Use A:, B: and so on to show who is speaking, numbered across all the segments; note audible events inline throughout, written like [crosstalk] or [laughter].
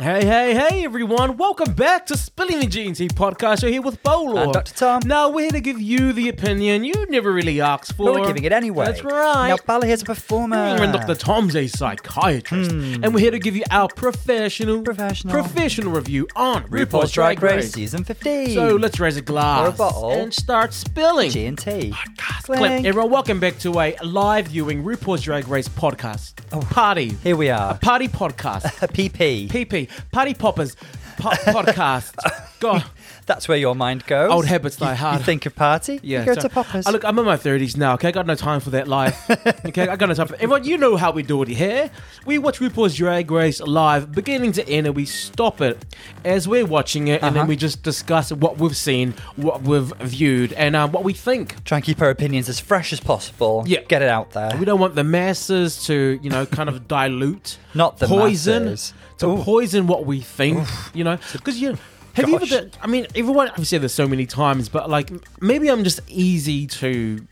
A: Hey, hey, hey, everyone. Welcome back to Spilling the GNT podcast. You're here with Bolo.
B: And Dr. Tom.
A: Now, we're here to give you the opinion you never really asked for.
B: But we're giving it anyway. Ah.
A: That's right.
B: Now, Bala here's a performer.
A: And Dr. Tom's a psychiatrist, and we're here to give you our professional,
B: Hmm. Professional.
A: professional review on
B: RuPaul's Drag Race
A: Race.
B: Season 15.
A: So let's raise a glass
B: Or a bottle.
A: and start spilling.
B: G&T.
A: Podcast
B: Clang.
A: clip. Everyone, welcome back to a live viewing RuPaul's Drag Race podcast
B: Oh.
A: party.
B: Here we are.
A: Party podcast.
B: A PP.
A: PP. Party poppers. Po-
B: [laughs]
A: podcast. God.
B: That's where your mind goes.
A: Old habits die
B: You-
A: hard.
B: You think of party,
A: Yeah,
B: you go
A: so-
B: to Poppers.
A: Oh, look, I'm in my thirties now. Okay, I got no time for that
B: [laughs]
A: life. okay, I got no time for everyone. You know how we do it here. We watch RuPaul's Drag Race live, beginning to end, and we stop it as we're watching it, and then
B: Uh-huh.
A: we just discuss what we've seen, what we've viewed, and uh, what we think.
B: Try and keep our opinions as fresh as possible.
A: Yeah.
B: Get it out there.
A: We don't want the masses to, you know, kind
B: [laughs]
A: of dilute,
B: Not the
A: poison,
B: masses.
A: to
B: Ooh.
A: poison what we think, you know, because you. Have you ever?
B: Gosh.
A: Been, I mean, everyone. I've said this so many times, but like, m- maybe I'm just easy to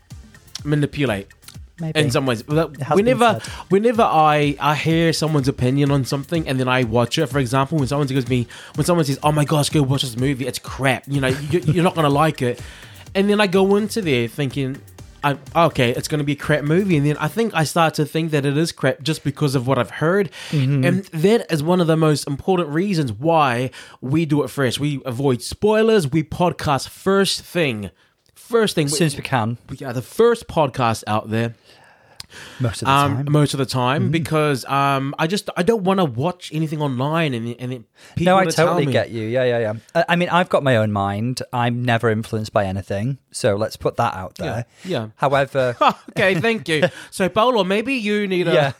A: manipulate
B: Maybe.
A: in some ways. Like,
B: has been
A: Whenever,
B: said.
A: whenever I I hear someone's opinion on something and then I watch it. For example, when someone gives me, when someone says, "Oh my gosh, go watch this movie. It's crap. You know, you, you're not gonna like it," and then I go into there thinking. I, okay, it's going to be a crap movie, and then I think I start to think that it is crap just because of what I've heard,
B: Mm-hmm.
A: and that is one of the most important reasons why we do it first. We avoid spoilers. We podcast first thing, first thing.
B: As soon as we can,
A: we are the first podcast out there
B: most of the
A: um,
B: time. Mm-hmm.
A: most of the time because um, I just I don't want to watch anything online and and it, people
B: No, I
A: to tell
B: totally
A: me.
B: get you. Yeah, yeah, yeah. I, I mean, I've got my own mind. I'm never influenced by anything. So let's put that out there.
A: yeah. [laughs]
B: However,
A: [laughs] okay, thank
B: [laughs]
A: you. So, Bolo, maybe you need to
B: Yeah.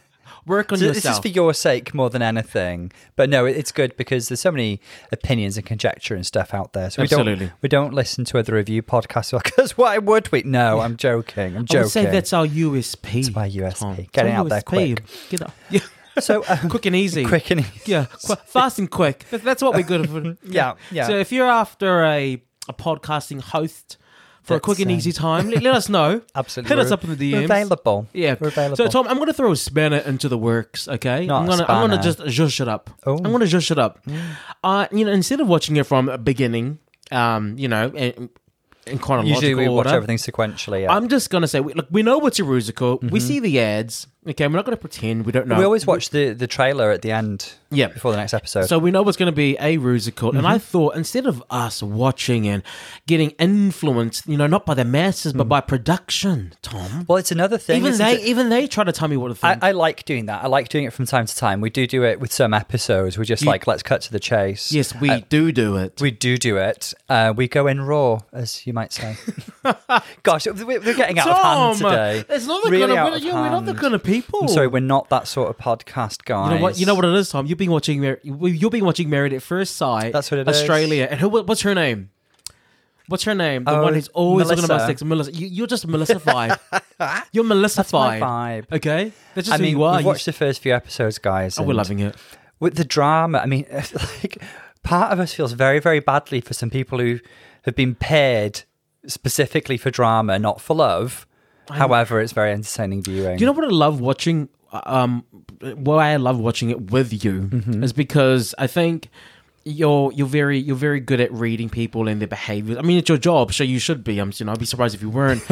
A: work on
B: So this is
A: yourself.
B: for your sake more than anything. But no, it- it's good because there's so many opinions and conjecture and stuff out there. So we
A: Absolutely.
B: don't we don't listen to other review podcasts [laughs] because why would we? No, I'm joking. I'm
A: I
B: joking.
A: would say that's our USP. It's
B: my USP. Get it out there quick.
A: Get up. [laughs] Yeah.
B: so um,
A: quick and easy.
B: quick
A: [laughs]
B: and easy.
A: Yeah, qu- fast and quick. That- That's what we're good for.
B: Yeah, [laughs] yeah.
A: So if you're after a, a podcasting host for a
B: That's,
A: quick and
B: um,
A: easy time, let, let us
B: [laughs]
A: know.
B: Absolutely.
A: Hit us
B: We're-
A: up in the
B: we're
A: DMs.
B: available.
A: Yeah.
B: We're available.
A: So Tom, I'm gonna throw a spanner into the works, okay?
B: Not
A: I'm
B: a
A: gonna I'm gonna just
B: spanner.
A: zhush it up.
B: Oh. Mm.
A: I'm gonna zhush it up. Uh you know, instead of watching it from a beginning, um, you know, in, in chronological
B: Usually we watch
A: order,
B: everything sequentially. Yeah.
A: I'm just gonna say, we- look, we know what's a musical. We see the ads. Okay, we're not gonna pretend we don't know.
B: Mm-hmm. we always watch the, the trailer at the end
A: Yeah.
B: before the next episode.
A: So we know it's going to be a musical, and
B: Mm-hmm.
A: I thought instead of us watching and getting influenced, you know, not by the masses but by production, Tom.
B: well, it's another Mm. thing.
A: even
B: isn't
A: they,
B: it?
A: even they try to tell me what to think.
B: I, I like doing that. I like doing it from time to time. We do do it with some episodes. We're just like, let's cut to the chase. Uh,
A: yes, we do do it.
B: We do do it. Uh, we go in raw, as you
A: [laughs]
B: might say. Gosh, we- we're getting out
A: Tom,
B: of hand today.
A: it's not the
B: Really
A: kind
B: out
A: of, we're,
B: of
A: yeah, we're not the
B: hand.
A: kind of people.
B: I'm sorry, we're not that sort of podcast, guys.
A: You know what? You know what it is, Tom. You've been watching. Mar- You've been watching Married at First Sight.
B: That's what it
A: it
B: is.
A: is. Australia. And who? What's her name? What's her name? The
B: Oh,
A: one who's always talking about
B: Melissa.
A: sex. Melissa. You, you're just
B: [laughs]
A: Melissafied. you're Melissafied.
B: my vibe.
A: Okay. That's just
B: I mean,
A: who you are.
B: we've
A: You-
B: watched the first few episodes, guys.
A: Oh, we're
B: and
A: loving it.
B: with the drama. I mean, [laughs] like part of us feels very, very badly for some people who have been paired specifically for drama, not for love. However, it's very entertaining viewing.
A: You know what I love watching? Um, why I love watching it with you
B: Mm-hmm.
A: is because I think you're you're very you're very good at reading people and their behaviors. I mean, it's your job, so you should be. I'm you know I'd be surprised if you
B: [laughs]
A: weren't.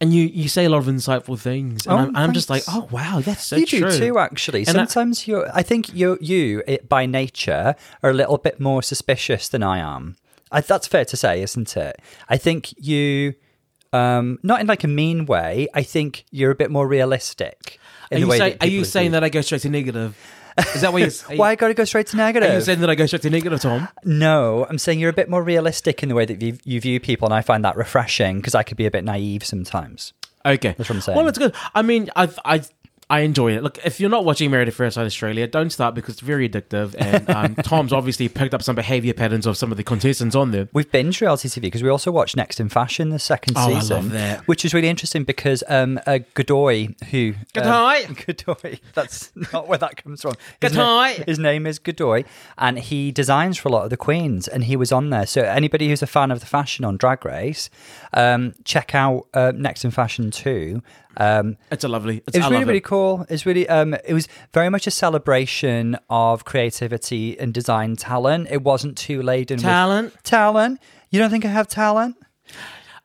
A: and you you say a lot of insightful things, and
B: Oh,
A: I'm, I'm just like,
B: thanks.
A: oh wow, that's so
B: you do
A: true.
B: too, uh, actually.
A: And I-
B: Sometimes you, I think you, you it, by nature, are a little bit more suspicious than I am. I, that's fair to say, isn't it? I think you, um, not in like a mean way. I think you're a bit more realistic. In
A: Are
B: the
A: you,
B: way
A: say,
B: that
A: are you
B: people
A: saying
B: view-
A: that I go straight to negative? Is
B: [laughs]
A: that what you're saying?
B: Why I got to go straight to negative?
A: Are you saying that I go straight to negative, Tom?
B: No, I'm saying you're a bit more realistic in the way that you, you view people, and I find that refreshing because I could be a bit naive sometimes.
A: Okay,
B: That's what I'm saying.
A: Well, it's good. I mean, I I I enjoy it. Look, if you're not watching Married at First Sight Australia, don't start because it's very addictive. And
B: [laughs]
A: um, Tom's obviously picked up some behaviour patterns of some of the contestants on there.
B: We've binge reality TV because we also watch Next in Fashion the second
A: Oh, I love
B: season,
A: that.
B: which is really interesting because um, uh, Godoy, who
A: Godoy!
B: um, [laughs] Godoy, that's not where that comes from. His
A: Godoy!
B: na- his name is Godoy, and he designs for a lot of the queens, and he was on there. So anybody who's a fan of the fashion on Drag Race, um, check out uh, Next in Fashion two. Um,
A: It's a lovely. It's,
B: it was
A: I
B: really
A: love
B: really
A: it.
B: cool. It's really um, it was very much a celebration of creativity and design talent. It wasn't too laden.
A: Talent.
B: With talent. You don't think I have talent?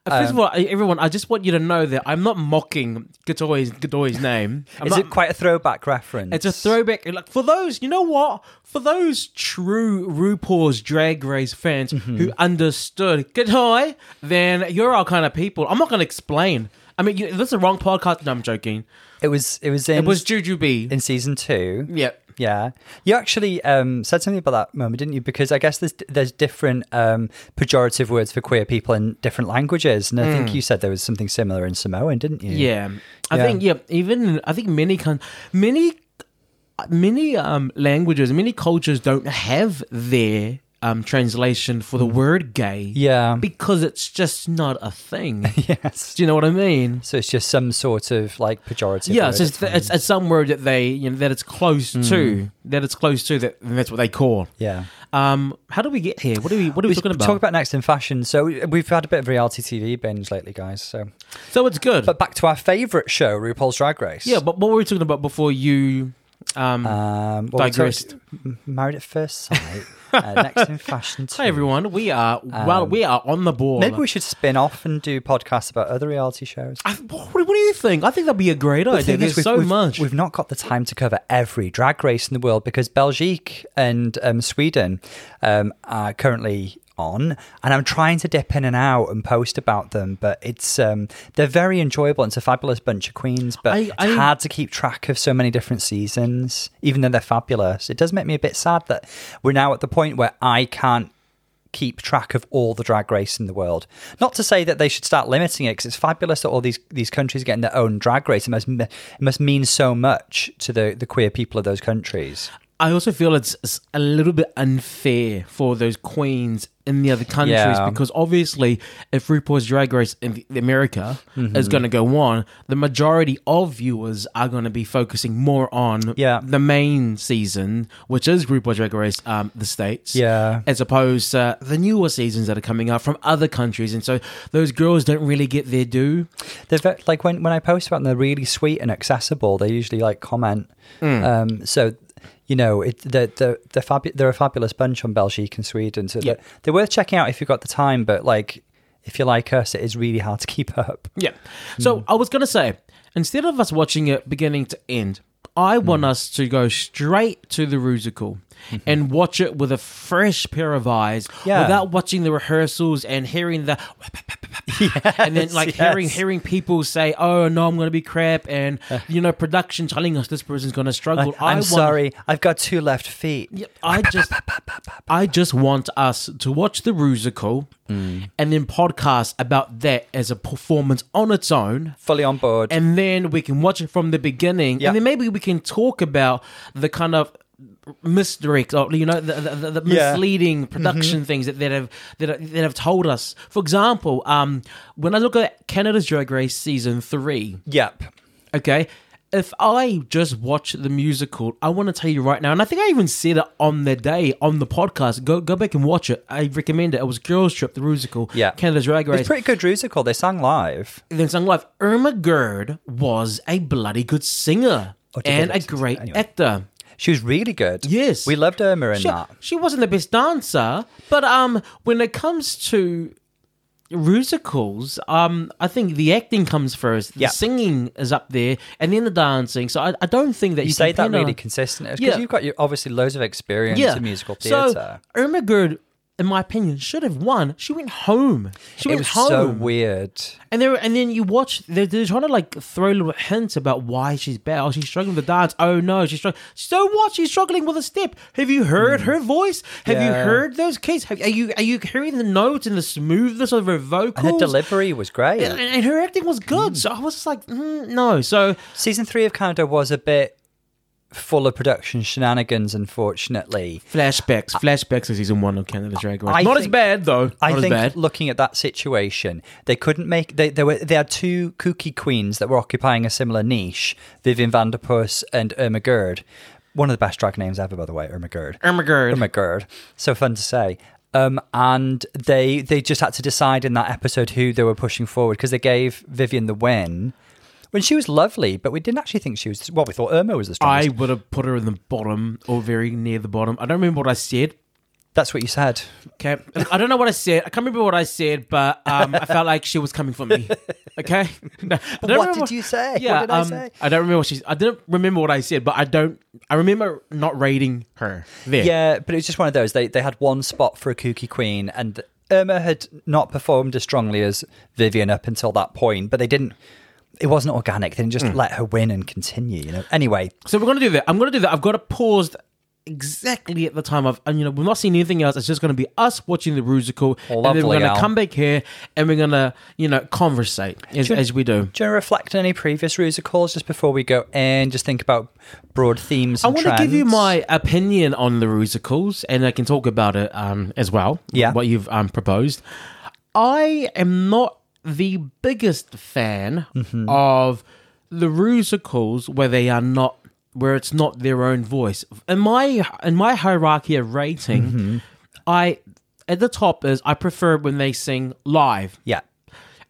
A: First of
B: Um,
A: all, I- everyone, I just want you to know that I'm not mocking Godoy's, Godoy's name. I'm
B: Is
A: not-
B: it quite a throwback reference?
A: It's a throwback. Like for those, you know what? For those true RuPaul's Drag Race fans who understood Godoy, then you're our kind of people. I'm not going to explain. I mean, you, this is the wrong podcast. No, I'm joking.
B: It was. It was in.
A: It was Juju B.
B: in season two.
A: Yep.
B: Yeah, you actually um, said something about that moment, didn't you? Because I guess there's there's different um, pejorative words for queer people in different languages, and I think you said there was something similar in Samoan, didn't you?
A: Hmm. Yeah. I
B: Yeah.
A: think yeah, even I think many con- many many um languages, many cultures don't have their um translation for the word gay.
B: yeah,
A: Because it's just not a [laughs] thing.
B: [laughs] yes.
A: Do you know what I mean?
B: So it's just some sort of like pejorative.
A: Yeah,
B: word.
A: it's, just, it's it's some word that they you know that it's close
B: Hmm.
A: to that it's close to that and that's what they call.
B: yeah.
A: Um, how do we get here? What are we what are we, talking about?
B: Talk about next in fashion. So we- we've had a bit of reality TV binge lately, guys. So,
A: so it's good.
B: but back to our favorite show, RuPaul's Drag Race.
A: yeah, but what were we talking about before you? Um,
B: Um, well, we talked-
A: Digressed.
B: M- Married at First Sight. uh, next
A: [laughs]
B: in fashion.
A: hey
B: too.
A: everyone, we are well, we are on the ball.
B: um, Maybe we should spin off and do podcasts about other reality shows.
A: I, what, what do you think? I think that'd be a great
B: The
A: idea.
B: thing
A: There's
B: is, we've-
A: so
B: we've-
A: much.
B: We've not got the time to cover every drag race in the world because Belgique and um, Sweden um, are currently on, and I'm trying to dip in and out and post about them. But it's um, they're very enjoyable. And it's a fabulous bunch of queens, but
A: I-
B: it's
A: I-
B: hard to keep track of so many different seasons, even though they're fabulous. It does make me a bit sad that we're now at the point where I can't keep track of all the drag race in the world. Not to say that they should start limiting it, because it's fabulous that all these these countries are getting their own drag race. It must it must mean so much to the the queer people of those countries.
A: I also feel it's, it's a little bit unfair for those queens in the other countries
B: Yeah.
A: because obviously, if RuPaul's Drag Race in the- America is
B: Mm-hmm.
A: going to go on, the majority of viewers are going to be focusing more on
B: Yeah.
A: the main season, which is RuPaul's Drag Race, um, the states,
B: Yeah.
A: as opposed to the newer seasons that are coming out from other countries, and so those girls don't really get their due.
B: They're ve- like when when I post about them, they're really sweet and accessible. They usually like comment.
A: Mm.
B: Um, so. You know, it, they're, they're, they're, fabu- they're a fabulous bunch on Belgique and Sweden. So
A: Yeah.
B: they're, they're worth checking out if you've got the time. But, like, if you're like us, it is really hard to keep up.
A: Yeah. So
B: Hmm.
A: I was going to say, instead of us watching it beginning to end, I
B: Hmm.
A: want us to go straight to the musical and watch it with a fresh pair of eyes
B: Mm-hmm. Yeah.
A: without watching the rehearsals and hearing
B: [laughs]
A: the. [laughs] and then, like hearing
B: yes. Uh.
A: hearing people say, "Oh no, I'm going to be crap," and you know, production telling us this person's going to struggle. I
B: I'm
A: want-
B: sorry, I've got two left feet.
A: yeah, I just I just want us to watch the musical
B: Hmm.
A: and then podcast about that as a performance on its own
B: Fully on board.
A: and then we can watch it from the beginning,
B: Yeah.
A: and then maybe we can talk about the kind of misdirect or you know the, the, the, the
B: Yeah. Mm-hmm.
A: misleading production things that, that have that, are- that have told us. For example, um, when I look at Canada's Drag Race season three,
B: Yep.
A: okay. If I just watch the musical, I want to tell you right now, and I think I even said it on the day on the podcast. Go go back and watch it. I recommend it. It was Girls Trip, the musical,
B: Yeah.
A: Canada's Drag Race.
B: It's pretty good musical. They sang live.
A: then Sung Life, Irma Gerd was a bloody good singer
B: Oh, to get
A: and a
B: it,
A: great
B: anyway.
A: actor.
B: She was really good.
A: Yes.
B: We loved Irma in
A: She,
B: that.
A: she wasn't the best dancer, but um, when it comes to musicals, um, I think the acting comes first. The
B: Yeah.
A: singing is up there, and then the dancing. So I, I don't think that you,
B: You say that
A: can pin
B: really
A: on-
B: consistent. Because
A: Yeah.
B: you've got your, obviously loads of experience
A: yeah.
B: in musical
A: So
B: theatre.
A: Irma Gerd, in my opinion, should have won. She went home. She
B: it
A: went
B: was
A: home.
B: so weird.
A: And there, and then you watch. They're, they're trying to like throw little hints about why she's bad. Oh, she's struggling with dance. Oh no, she's struggling. So what? She's struggling with a step. Have you heard her voice? Have you
B: Hmm. Yeah.
A: heard those keys? Have, are you are you hearing the notes and the smoothness of her vocals?
B: And her delivery Hmm. was great.
A: And, and her acting was good. So I was just like, mm, no. So
B: Season three of Canada was a bit full of production shenanigans, unfortunately.
A: flashbacks, flashbacks of season one of Canada's Drag Race.
B: I
A: Not as
B: think-
A: bad though. Not
B: I
A: as
B: think
A: bad.
B: looking at that situation, they couldn't make they they were they had two kooky queens that were occupying a similar niche, Vivian Vanderpuss and Irma Gerd. One of the best drag names ever, by the way, Irma Gerd.
A: Irma Gerd.
B: Irma Gerd. So fun to say. Um, and they they just had to decide in that episode who they were pushing forward because they gave Vivian the win, when she was lovely, but we didn't actually think she was. Well, we thought Irma was the
A: I
B: strongest.
A: would have put her in the bottom or very near the bottom. I don't remember what I said.
B: That's what you said.
A: Okay. And I don't know what I said. I can't remember what I said, but um, I felt like she was coming for me. Okay. [laughs] No, I don't
B: What
A: remember-
B: did you say?
A: Yeah,
B: what did I
A: um,
B: say?
A: I don't remember what she. I didn't remember what I said, but I don't. I remember not rating her there.
B: Yeah, but it was just one of those. They they had one spot for a kooky queen, and Irma had not performed as strongly as Vivian up until that point. But they didn't. It wasn't organic. They didn't
A: Hmm.
B: just let her win and continue. You know. Anyway,
A: So we're gonna do that. I'm gonna do that. I've got it paused exactly at the time of, and you know, we've not seen anything else. It's just gonna be us watching the musical, and then we're
B: Lovely,
A: gonna
B: Al.
A: come back here and we're gonna, you know, conversate as, as we do.
B: do you want to reflect on any previous Rusa calls just before we go in? Just think about broad themes.
A: I
B: And
A: want to give you
B: trends.
A: my opinion on the musicals, and I can talk about it um, as well.
B: Yeah.
A: what you've um, proposed. I am not the biggest fan
B: Mm-hmm.
A: of the musicals where they are not, where it's not their own voice. In my in my hierarchy of rating,
B: Mm-hmm.
A: I at the top is I prefer when they sing live,
B: yeah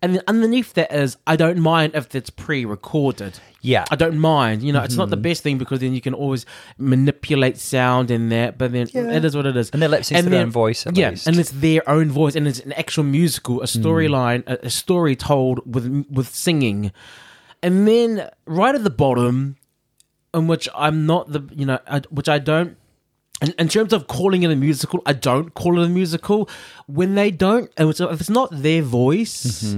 A: and then underneath that is I don't mind if it's pre-recorded.
B: yeah. Mm-hmm.
A: I don't mind. You know, it's not the best thing because then you can always manipulate sound and that. But then it is what it is.
B: And they're lip syncs to their own voice, at
A: yeah,
B: least.
A: and it's their own voice, and it's an actual musical, a storyline,
B: Mm.
A: a, a story told with with singing. And then right at the bottom, in which I'm not the you know, I, which I don't. In, in terms of calling it a musical, I don't call it a musical. When they don't, and so if it's not their voice,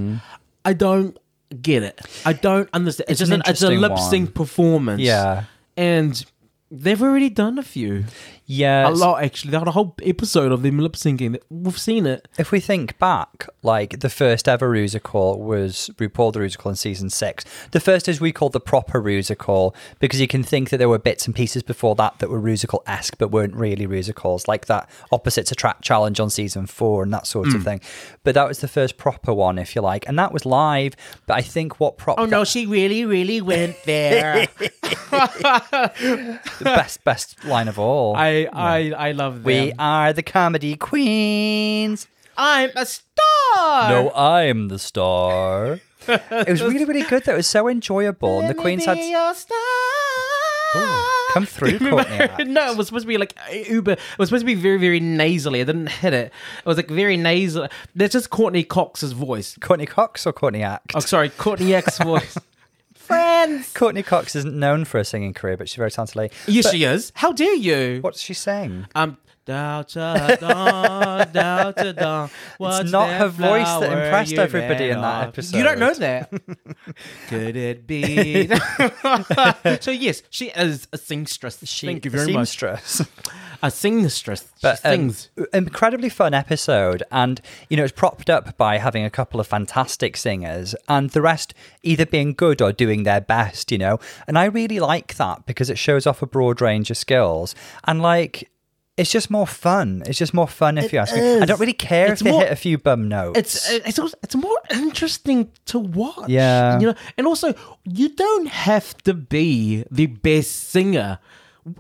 A: I don't get it. I don't understand. It's, just
B: Mm-hmm. It's an
A: an, it's a
B: interesting
A: lip sync performance.
B: Yeah.
A: and they've already done a few, a
B: yeah.
A: lot actually. They had a whole episode of them lip syncing. We've seen it.
B: If we think back, like the first ever Rusical was RuPaul the Rusical in season six. The first is we called the proper Rusical because you can think that there were bits and pieces before that that were Rusical esque but weren't really Rusicals, like that Opposites Attract challenge on season four and that sort
A: Mm.
B: of thing. But that was the first proper one, if you like. And that was live. But I think what prop
A: Oh no, she really, really went there.
B: the best, best line of
A: [laughs]
B: all.
A: I, I, I love
B: we
A: them.
B: are the comedy queens.
A: I'm a star.
B: No, um, I'm the star. it was really, really good though. It was so enjoyable. And the Queen's had
A: [laughs]
B: come through, Courtney. Act.
A: no, it was supposed to be like uh, Uber. It was supposed to be very, very nasally. I didn't hit it. It was like very nasal. That's just Courtney Cox's voice.
B: Courtney Cox or Courtney Act?
A: Oh, sorry, Courtney
B: [laughs]
A: X's voice. Friends.
B: Courtney Cox isn't known for a singing career, but she's a very talented. lady.
A: Yes,
B: But
A: she is. How dare you?
B: What's she saying?
A: Um. Da, da, da, da, da,
B: [laughs]
A: da. What's
B: not her
A: that
B: voice that
A: flower
B: impressed
A: you
B: everybody in
A: made
B: that
A: of? You don't know
B: episode.
A: that.
B: [laughs]
A: Could it be?
B: [laughs]
A: so yes, she is a singstress.
B: She,
A: Thank you very much.
B: seamstress.
A: A singstress.
B: But,
A: she
B: um,
A: sings.
B: incredibly fun episode, and you know it's propped up by having a couple of fantastic singers, and the rest either being good or doing their best. You know, and I really like that because it shows off a broad range of skills, and like it's just more fun. It's just more fun if you ask me. I
A: is.
B: don't really care
A: It's
B: if they
A: more-
B: hit a few bum notes.
A: it's uh, it's also, it's more interesting to watch.
B: Yeah.
A: you know, and also you don't have to be the best singer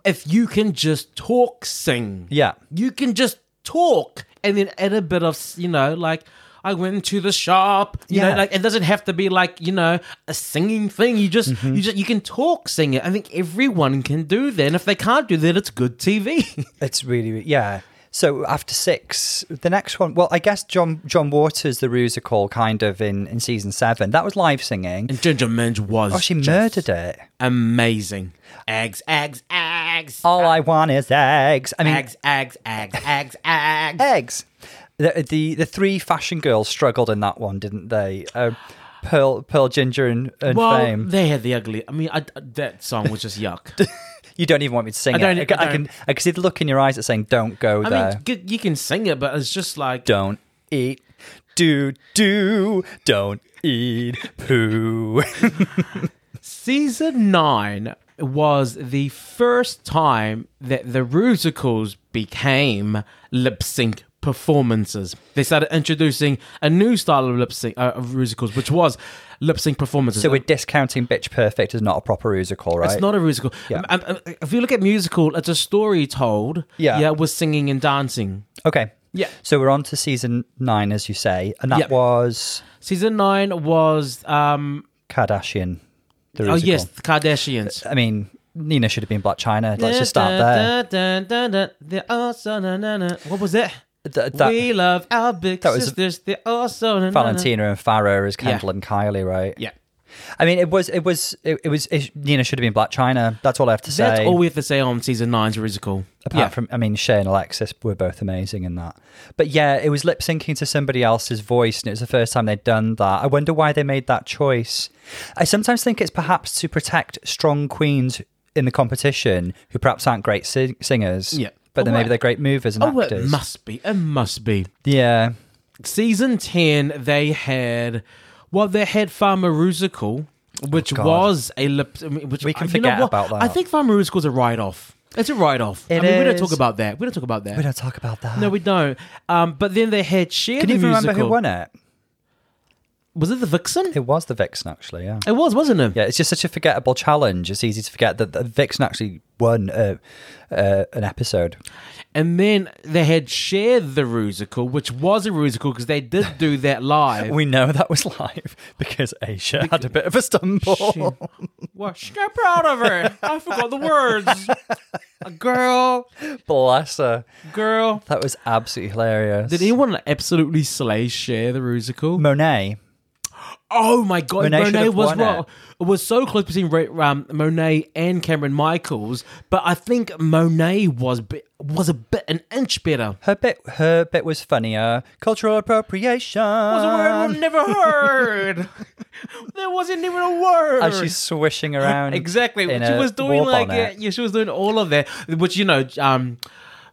A: if you can just talk sing.
B: Yeah.
A: you can just talk and then add a bit of you know like. I went to the shop. You
B: Yeah.
A: know, like it doesn't have to be like, you know, a singing thing. You just you just you can talk sing it. I think everyone can do that. And if they can't do that, it's good TV.
B: It's really yeah. So after six, the next one. Well, I guess John John Waters, the Rusical, kind of in in season seven. That was live singing.
A: and Ginger Minge was
B: Oh, she murdered it.
A: amazing. Eggs, eggs, eggs.
B: All I want is eggs. I mean,
A: Uh, eggs, eggs, eggs, eggs, eggs.
B: eggs. The, the the three fashion girls struggled in that one, didn't they? Uh, Pearl Pearl Ginger and, and
A: Well,
B: Fame.
A: they had the ugly. I mean, I, that song was just [laughs] yuck.
B: You don't even want me to sing
A: I don't- e-
B: it. I,
A: I
B: can I can see the look in your eyes that's saying, "Don't go
A: I
B: there.
A: mean, g- you can sing it, but it's just like
B: don't eat. Do do. Don't eat
A: [laughs]
B: poo."
A: season nine was the first time that the Rusicles became lip sync performances. They started introducing a new style of lip sync uh, of Rusicles, which was lip sync performances.
B: so we're discounting "Bitch Perfect" as not a proper musical, right?
A: It's not a musical. Um, um, if you look at musical, it's a story told.
B: Yeah.
A: yeah, with singing and dancing.
B: okay.
A: Yeah.
B: So we're on to season nine, as you say, and that
A: Yeah.
B: was
A: Season nine was um
B: Kardashian. the
A: Oh
B: Rusical.
A: yes, the Kardashians.
B: I mean, Nina should have been Black China. Uh, Let's just start there.
A: Dun, dun, dun, dun, dun. They're also na, na, na. What was it?
B: Th- that
A: we love our big
B: that was-
A: sisters. They're also na, na, na.
B: Valentina and Farah is
A: Yeah.
B: Kendall and Kylie, right?
A: Yeah,
B: I mean, it was, it was, it, it was. It, Nina should have been Black China. That's all I have to say.
A: that's all we have to say on season nine's musical.
B: Apart from, I mean, Shay and Alexis were both amazing in that. But yeah, it was lip syncing to somebody else's voice, and it was the first time they'd done that. I wonder why they made that choice. I sometimes think it's perhaps to protect strong queens in the competition who perhaps aren't great sing- singers.
A: Yeah.
B: But then
A: Oh,
B: maybe
A: right.
B: they're great movers and
A: oh, it
B: actors.
A: must be. It must be.
B: yeah.
A: season 10 they had well they had pharmaceutical which
B: Oh, God.
A: was a lip I mean, which
B: We can
A: you know
B: forget
A: what?
B: about that.
A: i think pharmaceutical's a write-off it's a write-off i
B: It
A: mean we don't
B: is.
A: talk about that we don't talk about that
B: We don't talk about that.
A: no we don't um but then they had share
B: Can
A: the
B: you even
A: musical
B: remember who won it?
A: was it the vixen it,
B: It was the Vixen, actually, yeah.
A: was wasn't it
B: Yeah, it's just such a forgettable challenge. It's easy to forget that the Vixen actually won uh, uh, an episode.
A: and then they had share the rusical which was a rusical because they did do that live
B: [laughs] We know that was live [laughs] because Asia had a bit of a stumble.
A: Well, so proud of her i forgot the
B: [laughs]
A: words girl
B: Bless her.
A: girl
B: That was absolutely hilarious.
A: Did anyone absolutely slay share the musical?
B: Monet.
A: Oh my god,
B: Monet
A: Monet,
B: should have
A: was
B: won
A: wrong. It was so close between Ra- um, Monet and Cameron Michaels, but I think Monet was bi- was a bit an inch better.
B: Her bit her bit was funnier. Cultural appropriation.
A: Was a word we [laughs] never heard. there wasn't even a word.
B: As she's swishing
A: [laughs]
B: around.
A: exactly,
B: in
A: she
B: a
A: was doing
B: war
A: like
B: bonnet.
A: it. Yeah, she was doing all of that. Which you know, um,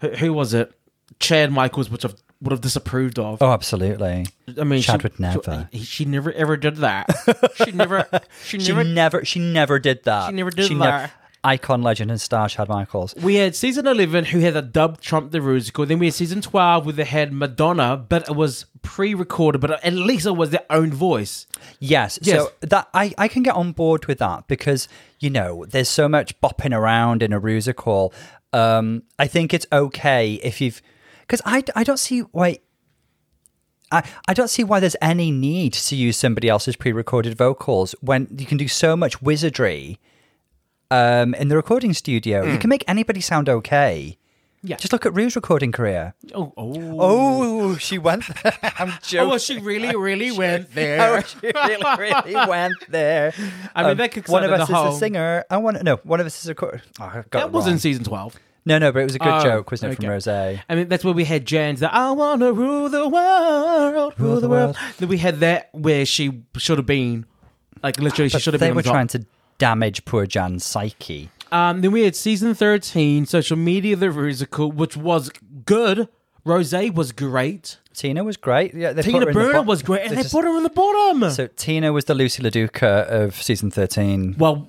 A: who, who was it? Chad Michaels, which I would have disapproved of.
B: Oh, absolutely.
A: I mean,
B: Chad
A: she,
B: would never.
A: She, she never ever did that.
B: [laughs]
A: She never. She
B: She
A: never.
B: never, she never did that.
A: She never did
B: nev-
A: that.
B: icon, legend, and star Chad Michaels.
A: we had season eleven, who had a dub Trump the musical. Then we had season twelve, where they had Madonna, but it was pre-recorded. But at least it was their own voice.
B: Yes,
A: Yes.
B: So that I, I can get on board with that because you know there's so much bopping around in a musical. Um, I think it's okay if you've because I, I don't see why. I, I don't see why there's any need to use somebody else's pre-recorded vocals when you can do so much wizardry um, in the recording studio. You can make anybody sound
A: Mm.
B: okay.
A: Yeah.
B: Just look at Rue's recording career.
A: Oh, oh,
B: Oh, she went. there. [laughs]
A: [laughs]
B: I'm joking.
A: well, she really, really went
B: I [laughs]
A: there.
B: really, really went there.
A: I mean, that kicks
B: um, one of
A: under
B: us
A: the
B: is
A: whole-
B: a singer. I want no. One of us is a. chor- Oh, I got
A: That
B: it
A: was
B: wrong.
A: in season twelve.
B: No, no, but it was a good
A: Oh,
B: joke, wasn't it, from
A: okay.
B: Rose?
A: I mean, that's where we had Jan's. That I wanna rule the world, rule the world. Then we had that where she should have been, like literally, she should have
B: They
A: been. on
B: were
A: top.
B: trying to damage poor Jan's psyche.
A: Um, then we had season 13, Social Media the Musical, which was good. Rose was great.
B: Tina was great. Yeah, they put
A: Tina
B: her in the
A: Burner
B: bot-
A: was great. And they
B: just-
A: put her in the bottom.
B: So Tina was the Lucy LaDuca of season thirteen.
A: well,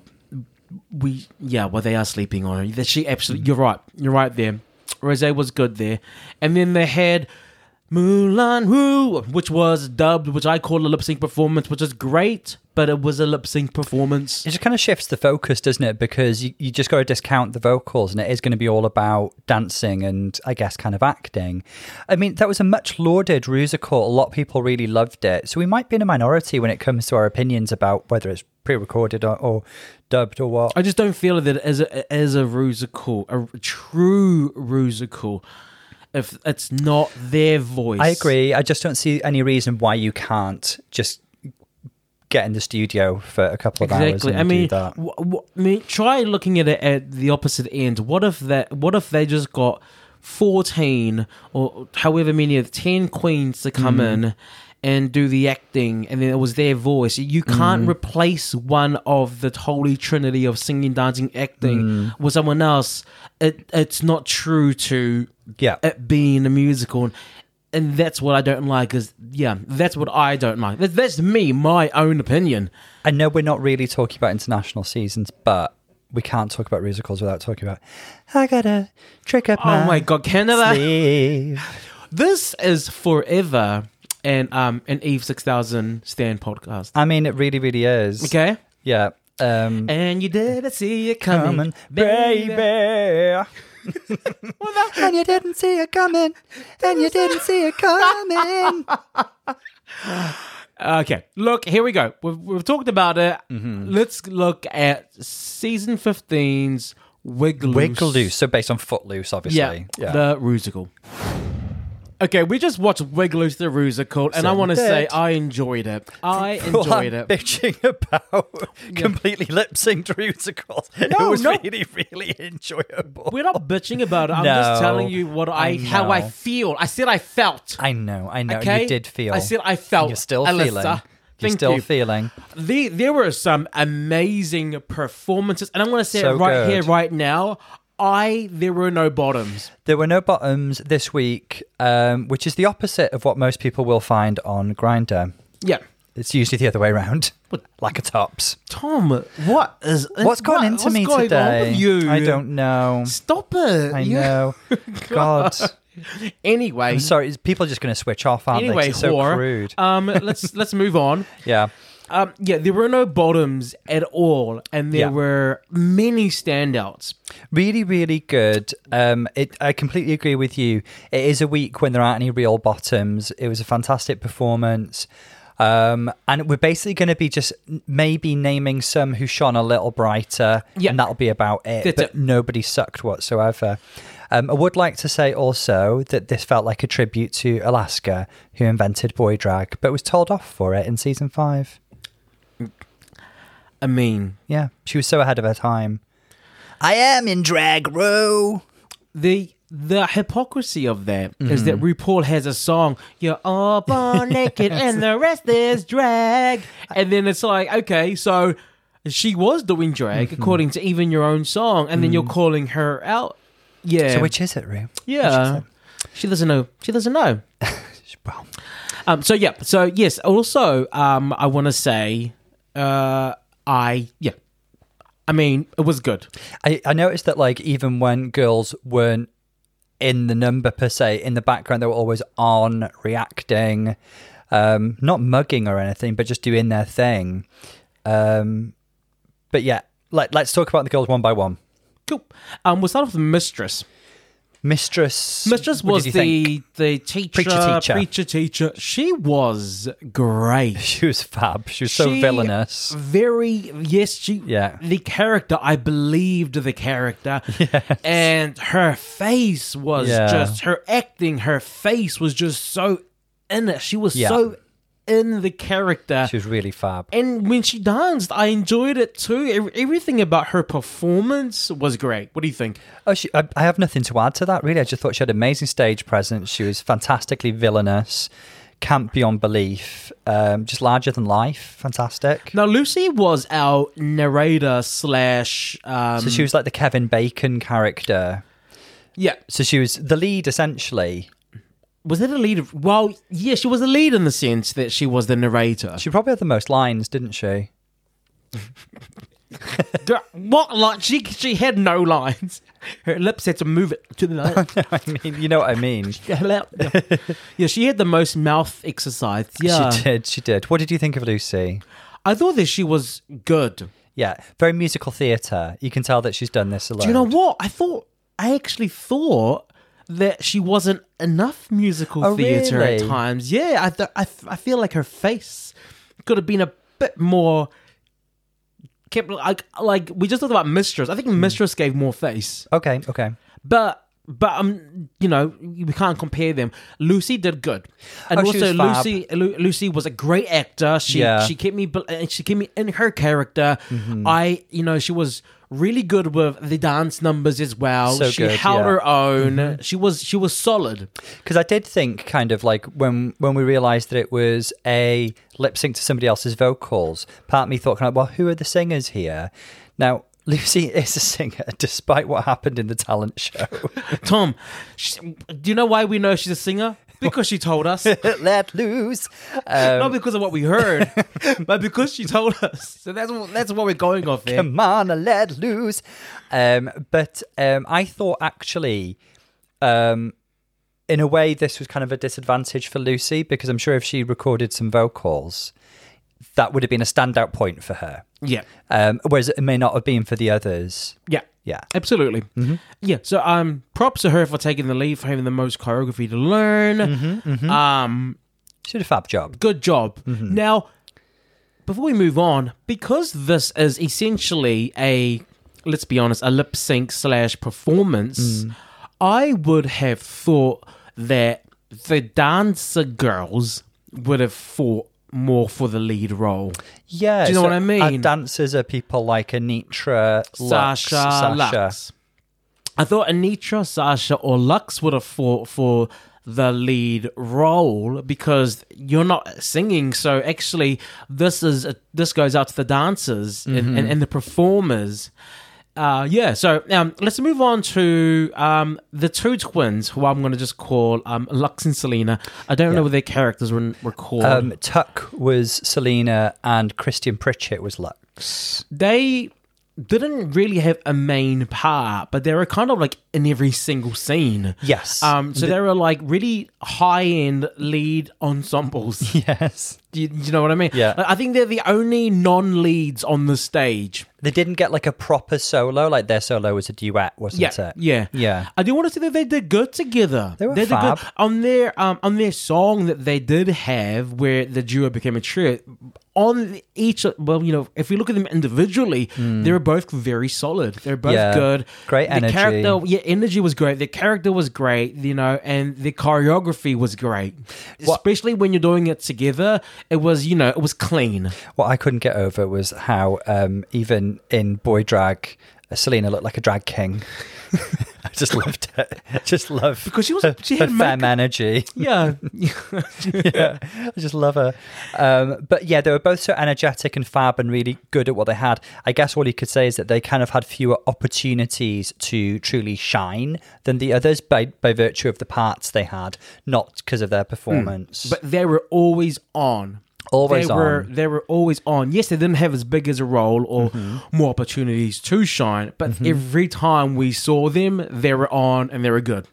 A: we, yeah, well, they are sleeping on her. That She absolutely, you're right. You're right there. Rose was good there. And then they had Mulan Rouge, which was dubbed, which I call a lip sync performance, which is great, but it was a lip sync performance.
B: It just kind of shifts the focus, doesn't it? Because you, you just got to discount the vocals, and it is going to be all about dancing and, I guess, kind of acting. I mean, that was a much lauded musical. A lot of people really loved it. So we might be in a minority when it comes to our opinions about whether it's pre recorded or, or dubbed or what.
A: I just don't feel that as a as a rusical, a true rusical, if it's not their voice.
B: I agree. I just don't see any reason why you can't just get in the studio for a couple of hours
A: Exactly.
B: and
A: I mean,
B: do that.
A: w- w- I mean, try looking at it at the opposite end. What if that? What if they just got fourteen or however many of ten queens to come
B: Mm.
A: in and do the acting, and then it was their voice. You
B: Mm.
A: can't replace one of the holy trinity of singing, dancing, acting
B: Mm.
A: with someone else. It it's not true to
B: Yeah.
A: it being a musical. And, and that's what I don't like is, yeah, that's what I don't like. That, that's me, my own opinion.
B: I know we're not really talking about international seasons, but we can't talk about musicals without talking about. I gotta trick up
A: Oh my god, Canada!
B: [laughs] sleeve.
A: This is forever an um an Eve six thousand stand podcast.
B: I mean, it really, really is.
A: Okay,
B: Yeah. Um,
A: and you didn't see it coming,
B: coming, baby. [laughs]
A: [laughs]
B: and you didn't [laughs] see it coming. And you didn't see it coming.
A: Okay, look, here we go. We've, we've talked about it. Let's look at season 15's Wigloose.
B: Wigloose. So based on Footloose, obviously.
A: Yeah,
B: [laughs]
A: the Rusical. Okay, we just watched Wigloose the Rusical, and I want to
B: Dad.
A: say I enjoyed it. [laughs] I
B: Well,
A: enjoyed
B: I'm
A: it.
B: Bitching about completely lip synced [laughs] musicals. it
A: No,
B: was
A: no.
B: really, really enjoyable.
A: We're not bitching about it. I'm just
B: No,
A: telling you what I,
B: I
A: how I
B: know.
A: feel. I said I felt.
B: I know, I know.
A: Okay,
B: You did feel.
A: I said I felt.
B: You're still
A: Alyssa.
B: feeling. You're
A: Thank
B: still
A: you.
B: feeling.
A: The, there were some amazing performances, and I'm going to say it
B: So
A: right
B: good.
A: here, right now. I there were no bottoms.
B: There were no bottoms this week, um, which is the opposite of what most people will find on Grinder.
A: Yeah,
B: It's usually the other way around. [laughs] Lack of tops.
A: Tom, what is
B: What's gone
A: what-
B: into
A: what's
B: me
A: going on
B: today?
A: with you?
B: I don't know.
A: stop it.
B: I
A: You- [laughs]
B: know. God.
A: Anyway,
B: I'm sorry. is- People are just going to switch off, aren't
A: anyway,
B: they? 'Cause it's
A: whore.
B: so crude.
A: Um, let's [laughs] let's move on.
B: yeah.
A: Um, yeah, there were no bottoms at all, and there
B: Yeah.
A: were many standouts.
B: Really, really good. Um, it, I completely agree with you. It is a week when there aren't any real bottoms. It was a fantastic performance. Um, and we're basically going to be just maybe naming some who shone a little brighter,
A: Yeah.
B: and that'll be about it.
A: That's
B: but
A: it.
B: nobody sucked whatsoever. Um, I would like to say also that this felt like a tribute to Alaska, who invented boy drag, but was told off for it in season five.
A: I mean,
B: Yeah, she was so ahead of her time. I am in drag, row.
A: the the hypocrisy of that is that RuPaul has a song, "You're all born naked and the rest is drag," and then it's like, okay, so she was doing drag according to even your own song, and then you're calling her out. Yeah,
B: So which is it, Rue?
A: yeah, she doesn't know. She doesn't know.
B: Well,
A: Um, so yeah, so yes. Also, um, I want to say, uh, I yeah, I mean, it was good.
B: I, I noticed that like even when girls weren't in the number per se, in the background they were always on reacting, um, not mugging or anything, but just doing their thing. Um, but yeah, let, let's talk about the girls one by one.
A: Cool. Um, we'll start off with Mistress.
B: Mistress.
A: Mistress
B: what
A: was
B: did you think?
A: the the teacher,
B: Preacher teacher.
A: preacher teacher. She was great.
B: She was fab. She was so
A: She-
B: villainous.
A: Very yes, she
B: Yeah.
A: The character, I believed the character,
B: [laughs]
A: and her face was
B: Yeah.
A: just her acting. Her face was just so in it. She was
B: Yeah.
A: so in the character.
B: She was really fab.
A: and when she danced, I enjoyed it too. Ev- Everything about her performance was great. What do you think?
B: Oh, she, I, I have nothing to add to that, really. I just thought she had amazing stage presence. She was fantastically villainous, camp beyond belief, um, just larger than life. Fantastic.
A: Now, Lucy was our narrator slash. Um,
B: So she was like the Kevin Bacon character.
A: yeah,
B: So she was the lead, essentially.
A: was it a lead? Well, yeah, she was a lead in the sense that she was the narrator.
B: She probably had the most lines, didn't she? [laughs]
A: Girl, what line? She she had no lines. [laughs] Her lips had to move it to
B: [laughs]
A: the [laughs] left.
B: I mean, you know what I mean.
A: yeah. yeah, she had the most mouth exercise. Yeah,
B: She did. She did. What did you think of Lucy?
A: I thought that she was good.
B: Yeah, very musical theatre. You can tell that she's done this a lot.
A: Do you know what? I thought I actually thought that she wasn't enough musical
B: Oh,
A: theater at
B: really?
A: times. Yeah, I, th- I f- I feel like her face could have been a bit more. Kept like like we just talked about mistress. I think mistress gave more face,
B: Okay, okay.
A: but but um you know we can't compare them. Lucy did good, and
B: Oh, she
A: also
B: was fab.
A: Lucy Lu- Lucy was a great actor. She
B: Yeah. Mm-hmm.
A: she kept me bel- and she kept me in her character. I you know she was really good with the dance numbers as well.
B: So
A: she
B: good,
A: held
B: yeah. Mm-hmm.
A: her own. She was she was solid.
B: because I did think kind of like when when we realised that it was a lip sync to somebody else's vocals, part of me thought kind of well, who are the singers here? Now [laughs] Lucy is a singer, despite what happened in the talent show. [laughs]
A: Tom, sh do you know why we know she's a
B: [laughs]
A: singer? Because she told us.
B: Let loose. Um,
A: Not because of what we
B: [laughs]
A: heard, but because she told us. So that's what, that's what we're going off there.
B: Come on, let loose. Um, but um, I thought actually, um, in a way, this was kind of a disadvantage for Lucy because I'm sure if she recorded some vocals, that would have been a standout point for her.
A: Yeah,
B: um, whereas it may not have been for the others.
A: yeah.
B: Yeah,
A: Absolutely. Yeah. So um props to her for taking the lead, for having the most choreography to learn. Um
B: She did a fab job.
A: Good job. Now, before we move on, because this is essentially a, let's be honest, a lip sync slash performance, I would have thought that the dancer girls would have fought more for the lead role.
B: Yeah.
A: Do you know what I mean?
B: Our dancers are people like Anitra, Lux,
A: Sasha, Lux. I thought Anitra, Sasha, or Lux would have fought for the lead role because you're not singing. So actually, this is this goes out to the dancers and, and, and the performers. Uh, yeah, so um, let's move on to um, the two twins, who I'm going to just call um, Lux and Selena. I don't know what their characters were, were called.
B: Um, Tuck was Selena and Christian Pritchett was Lux.
A: they didn't really have a main part, but they were kind of like in every single scene.
B: Yes.
A: Um, so they were like really high end lead ensembles. [laughs]
B: [laughs] Yes.
A: Do you, do you know what I mean?
B: Yeah.
A: I I think they're the only non leads on the stage.
B: They didn't get like a proper solo, like their solo was a duet, wasn't
A: Yeah.
B: it?
A: Yeah.
B: Yeah.
A: I do want to say that they did good together.
B: They were
A: did good.
B: fab.
A: on their um on their song that they did have where the duo became a trio. On each, well, you know, if we look at them individually, they were both very solid. They're both
B: Hmm. Yeah.
A: good.
B: Great
A: the
B: energy.
A: Character, yeah, energy was great. The character was great, you know, and the choreography was great. Especially when you're doing it together, it was, you know, it was clean.
B: What I couldn't get over was how um, even in boy drag, Selena looked like a drag king. [laughs] I just loved it. I [laughs] just love
A: Because she was-
B: her,
A: she had
B: her
A: makeup.
B: femme energy.
A: Yeah.
B: yeah, I just love her. Um, but yeah, they were both so energetic and fab and really good at what they had. I guess all you could say is that they kind of had fewer opportunities to truly shine than the others by, by virtue of the parts they had, not because of their performance.
A: Hmm. But they were always on.
B: Always
A: they Were,
B: on.
A: they were always on. Yes, they didn't have as big as a role or
B: Mm-hmm.
A: more opportunities to shine, but every time we saw them, they were on and they were good.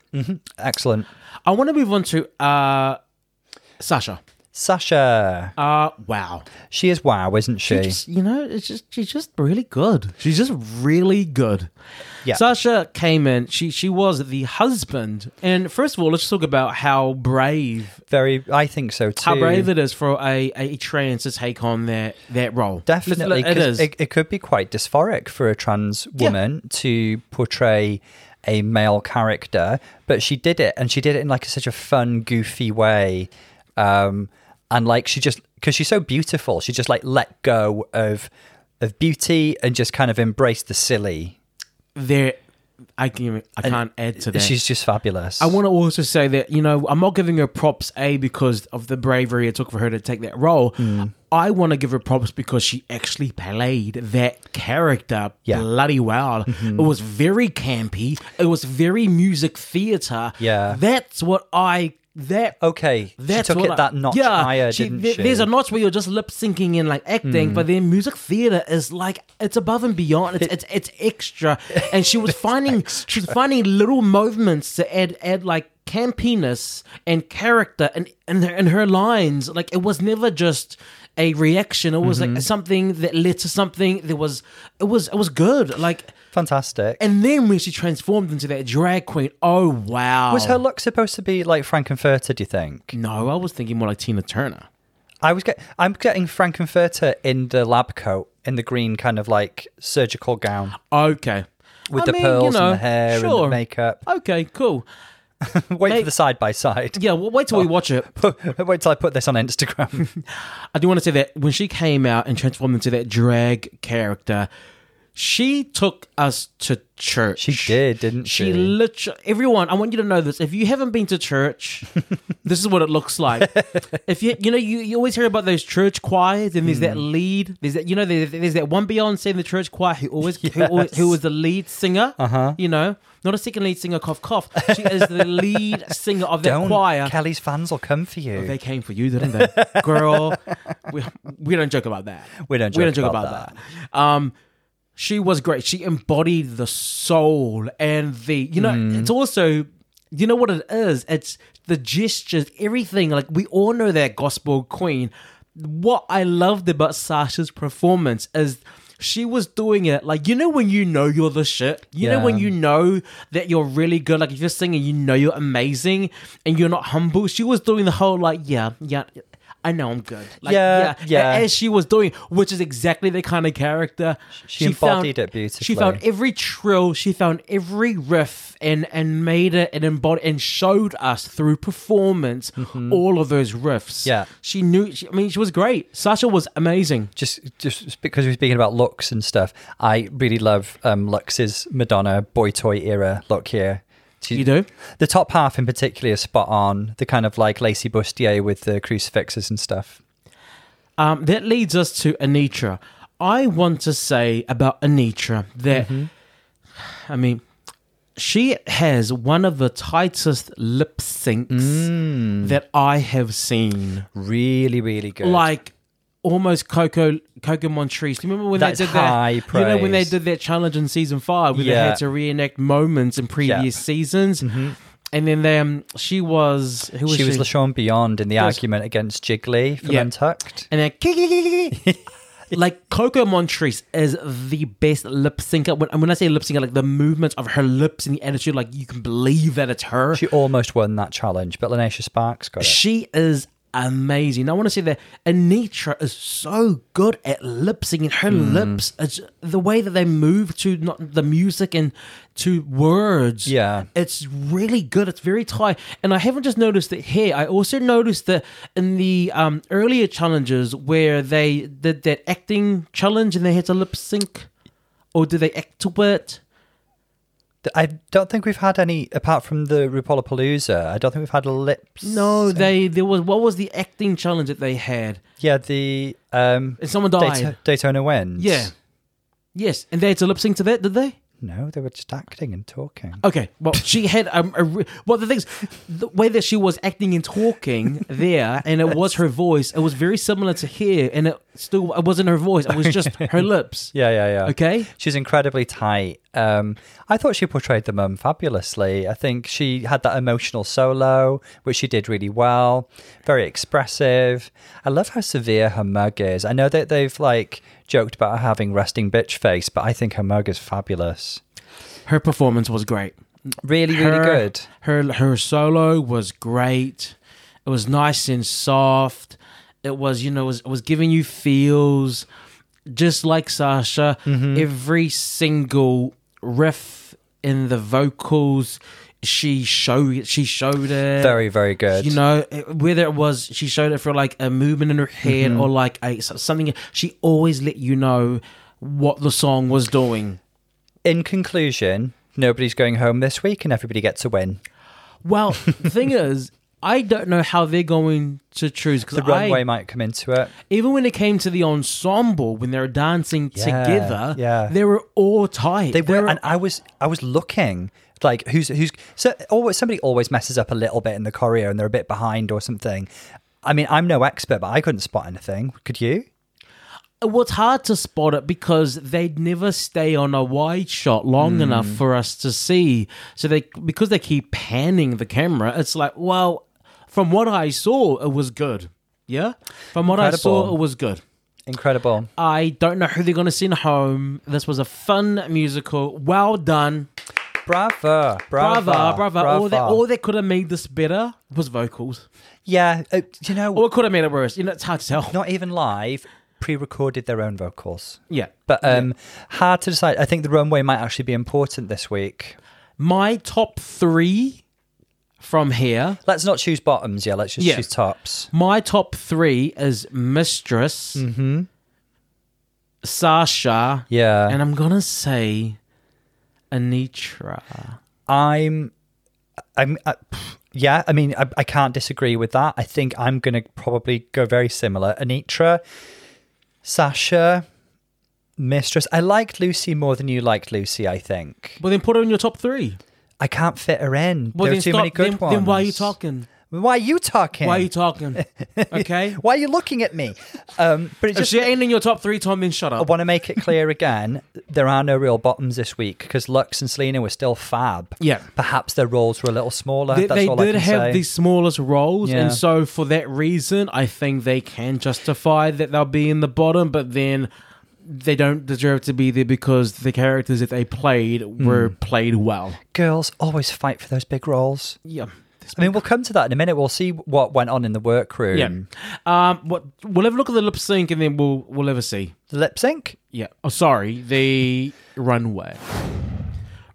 B: Excellent.
A: I want to move on to uh, Sasha.
B: Sasha,
A: Uh, wow.
B: she is wow, isn't she?
A: Just, you know, it's just she's just really good. She's just really good.
B: Yeah.
A: Sasha came in. She she was the husband. And first of all, let's talk about how brave
B: Very, I think so too.
A: how brave it is for a, a trans to take on that that role.
B: Definitely,
A: it
B: 'cause
A: is.
B: It, it could be quite dysphoric for a trans woman to portray a male character, but she did it, and she did it in like such a fun, goofy way, um, and like she just because she's so beautiful, she just like let go of of beauty and just kind of embraced the silly.
A: there I can I can't add to that.
B: She's just fabulous.
A: I want to also say that you know I'm not giving her props a because of the bravery it took for her to take that role.
B: Mm.
A: I want to give her props because she actually played that character
B: Yeah. Mm-hmm.
A: bloody well. It was very campy. It was very music theater.
B: Yeah.
A: that's what I that
B: okay,
A: that's
B: she took
A: what
B: it
A: I-
B: that notch
A: yeah,
B: higher,
A: she-
B: didn't
A: there-
B: she? Mm.
A: There's a notch where you're just lip syncing and like acting, but then music theater is like it's above and beyond.
B: [laughs]
A: It's it's, it's extra, and she was finding she was finding little movements to add add like campiness and character and and her, and her lines. Like it was never just a reaction. It was
B: Mm-hmm.
A: like something that led to something. There was it was it was good. Like
B: Fantastic.
A: and then when she transformed into that drag queen, oh wow!
B: was her look supposed to be like Frankenfurter? Do you think?
A: no, I was thinking more like Tina Turner.
B: I was get I'm getting Frankenfurter in the lab coat in the green kind of like surgical gown
A: Okay.
B: with
A: I
B: the
A: mean,
B: pearls
A: you know,
B: and the hair and
A: sure.
B: the makeup. [laughs]
A: Okay, cool.
B: Wait
A: Hey.
B: for the side
A: [laughs]
B: by side.
A: Yeah, well, wait till we watch it.
B: Wait till I put this
A: [laughs]
B: on Instagram.
A: I do want to say that when she came out and transformed into that drag character, she took us to church.
B: she did, didn't
A: She
B: she?
A: literally, everyone, I want you to know this. If you haven't been to church, this is what it looks like. if you, you know, you, you always hear about those church choirs and there's that lead, there's that, you know, there, there's that one Beyonce in the church choir who always, who, always who was the lead singer, uh-huh. you know, not a second lead singer, cough, cough. She is the lead singer of that
B: Don't.
A: choir.
B: Kelly's fans will come for you.
A: They came for you, didn't they, girl? We, we don't joke about that.
B: We don't
A: we don't
B: joke
A: joke about,
B: about
A: that. Um, she was great. She embodied the soul and the. You know,
B: Mm.
A: it's also. You know what it is? It's the gestures, everything. Like we all know that gospel queen. What I loved about Sasha's performance is she was doing it like you know when you know you're the shit. You know when
B: Yeah.
A: you know that you're really good. Like if you're singing, you know you're amazing, and you're not humble. She was doing the whole like yeah, yeah. I know I'm good. Like,
B: Yeah, yeah.
A: As she was doing, which is exactly the kind of character
B: She
A: found-
B: embodied it beautifully.
A: She found every trill, she found every riff, and and made it and embodied and showed us through performance all of those riffs.
B: Mm-hmm. Yeah.
A: she knew. She, I mean, she was great. Sasha was amazing.
B: just just because we're speaking about looks and stuff, I really love um, Lux's Madonna boy toy era look here. She-
A: You do?
B: the top half in particular is spot on. The kind of like Lacey bustier with the crucifixes and stuff.
A: Um, that leads us to Anitra. I want to say about Anitra that,
B: Mm-hmm.
A: I mean, she has one of the tightest lip syncs
B: Mm.
A: that I have seen.
B: Really, really good.
A: like almost Coco Coco Montrese. You remember when
B: That's
A: they did
B: high
A: that? You know when they
B: praise.
A: did that challenge in season five, where they
B: Yeah. Mm-hmm.
A: had to reenact moments in previous seasons, and then they, um, she was who was she?
B: she was LaShawn Beyond in the
A: Yes.
B: argument against Jiggly from
A: Yeah.
B: Untucked.
A: and then
B: [laughs]
A: like Coco Montrese is the best lip syncer. When, and when I say lip syncer, like the movements of her lips and the attitude, like you can believe that it's her.
B: She almost won that challenge, but Lanesha Sparks got it.
A: She is amazing. I want to say that Anitra is so good at lip syncing. Her lips, it's, the way that they move to not the music and to words.
B: Yeah.
A: It's really good. It's very tight. And I haven't just noticed it here. I also noticed that in the um, earlier challenges where they did that acting challenge and they had to lip sync, or did they act to it?
B: Th- I don't think we've had any apart from the Rupalapalooza. I don't think we've had a lips.
A: No, they there was what was the acting challenge that they had?
B: Yeah, the um,
A: And someone died.
B: Dayto- Daytona wins.
A: Yeah. Yes, and they had to lip sync to that, did they?
B: No, they were just acting and talking.
A: Okay. Well, she had um, a re- well. The things, the way that she was acting and [laughs] talking there, and it was her voice. It was very similar to here, and it still it wasn't her voice. It was [laughs] just her lips.
B: Yeah, yeah, yeah.
A: Okay.
B: She's incredibly tight. Um, I thought she portrayed the mum fabulously. I think she had that emotional solo, which she did really well. Very expressive. I love how severe her mug is. I know that they've like joked about her having resting bitch face, but I think her mug is fabulous.
A: Her performance was great.
B: Really, really
A: her,
B: good.
A: Her her solo was great. It was nice and soft. It was you know it was, it was giving you feels, just like Sasha.
B: Mm-hmm.
A: Every single riff in the vocals, she showed she showed it.
B: Very, very good.
A: You know, it- whether it was she showed it for like a movement in her head
B: Mm-hmm.
A: or like a, so- something, she always let you know what the song was doing.
B: In conclusion, nobody's going home this week and everybody gets a win.
A: Well, the
B: [laughs]
A: thing is, I don't know how they're going to choose because
B: The runway might come into it.
A: even when it came to the ensemble, when they were dancing
B: Yeah,
A: together,
B: yeah.
A: they were all tight.
B: They were, and I was, I was looking like who's who's. So always somebody always messes up a little bit in the choreo, and they're a bit behind or something. I mean, I'm no expert, but I couldn't spot anything. Could you?
A: Well, it's hard to spot it because they'd never stay on a wide shot
B: Hmm.
A: long enough for us to see. So they because they keep panning the camera, it's like, well, from what I saw, it was good. Yeah, from what I saw,
B: Incredible.
A: it was good.
B: Incredible.
A: I don't know who they're going to send home. This was a fun musical. Well done.
B: Bravo, bravo,
A: Brava, brava. All, that,
B: bravo.
A: all that could have made this better was vocals.
B: yeah, uh, you know,
A: Or it could have made it worse. You know, it's hard to tell.
B: not even live, pre-recorded their own vocals.
A: Yeah.
B: But um, hard to decide. I think the runway might actually be important this week.
A: My top three from here
B: Let's not choose bottoms. Yeah, let's just
A: Yeah.
B: choose tops.
A: My top three is Mistress, Sasha,
B: Mm-hmm. Yeah,
A: and I'm gonna say Anitra.
B: I'm, I'm, I, yeah. I mean, I, I can't disagree with that. I think I'm going to probably go very similar. Anitra, Sasha, Mistress. I liked Lucy more than you liked Lucy. I think
A: Well, then put her in your top three.
B: I can't fit her in.
A: Well,
B: there
A: then
B: are too
A: stop.
B: many good
A: then,
B: ones.
A: then why are you talking?
B: Why are you talking?
A: Why are you
B: [laughs]
A: talking? Okay.
B: Why are you looking at me? Um, but it
A: if
B: just
A: she ain't in your top three, Tom, then shut
B: I
A: up.
B: want to make it clear again there are no real bottoms this week because Lux and Selena were still fab.
A: Yeah.
B: Perhaps their roles were a little smaller.
A: They,
B: That's
A: they
B: all I
A: did
B: can
A: have
B: say.
A: the smallest roles,
B: Yeah.
A: and so for that reason, I think they can justify that they'll be in the bottom. But then they don't deserve to be there because the characters that they played
B: Hmm.
A: were played well.
B: Girls always fight for those big roles.
A: Yeah.
B: I mean, we'll come to that in a minute. We'll see what went on in the workroom.
A: Yeah. Um, what we'll have a look at the lip sync and then we'll we'll ever see.
B: The lip sync?
A: Yeah. Oh, sorry. The runway.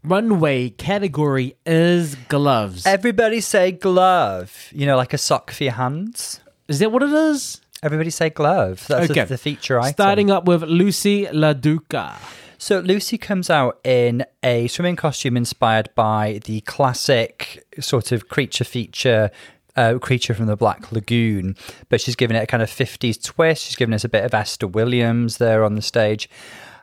A: Runway category is gloves.
B: Everybody say glove. You know, like a sock for your hands.
A: Is that what it is?
B: Everybody say glove. That's
A: Okay.
B: the, the feature item.
A: Starting up with Lucy LaDuca.
B: So Lucy comes out in a swimming costume inspired by the classic sort of creature feature. Uh, creature from the Black Lagoon, but she's given it a kind of 50s twist. She's given us a bit of Esther Williams there on the stage.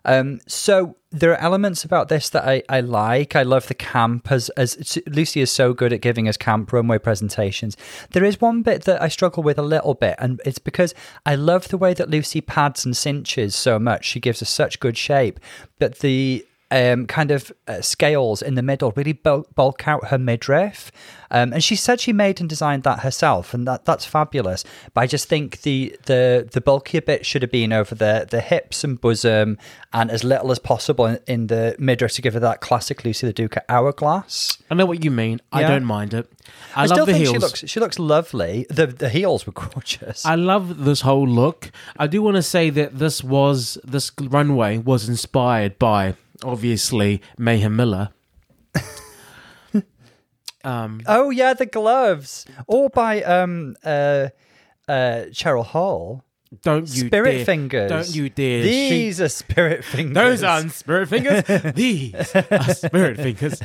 B: Um, so there are elements about this that I, I like. I love the camp as as Lucy is so good at giving us camp runway presentations. There is one bit that I struggle with a little bit, and it's because I love the way that Lucy pads and cinches so much. She gives us such good shape, but the um, kind of uh, scales in the middle really bulk, bulk out her midriff. Um, and she said she made and designed that herself, and that that's fabulous. But I just think the the the bulkier bit should have been over the the hips and bosom, and as little as possible in, in the midriff to give her that classic Lucy the Duca hourglass.
A: I know what you mean. I
B: Yeah.
A: don't mind it. I,
B: still
A: love the
B: think
A: heels.
B: she looks she looks lovely. The the heels were [laughs] gorgeous.
A: I love this whole look. I do want to say that this was this runway was inspired by obviously Mayhem Miller.
B: oh yeah, the gloves, all by um uh uh Cheryl Hall.
A: Don't you
B: Spirit
A: dare.
B: fingers.
A: Don't you dare. She-
B: These are spirit fingers.
A: Those aren't spirit
B: [laughs]
A: fingers. These are spirit fingers.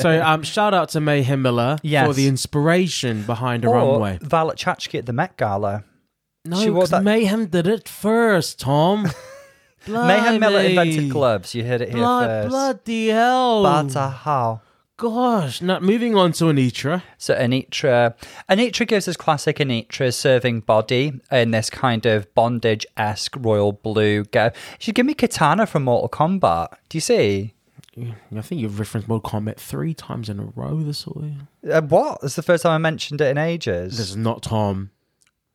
A: So, um, shout out to Mayhem Miller
B: Yes.
A: for the inspiration behind a
B: or
A: runway.
B: Violet Chachki at the Met Gala.
A: No,
B: she wore
A: 'cause
B: that-
A: Mayhem did it first, Tom.
B: [laughs] Mayhem Miller
A: Blimey.
B: invented gloves. You heard it here
A: Blood,
B: first.
A: bloody hell.
B: Bata how.
A: Gosh. Now, moving on to Anitra.
B: So Anitra, Anitra gives us classic Anitra's serving body in this kind of bondage esque royal blue. Go. She give me Katana from Mortal Kombat. Do you see?
A: I think you've referenced Mortal Kombat three times in a row this way.
B: Uh, what? It's the first time I mentioned it in ages.
A: This is not Tom.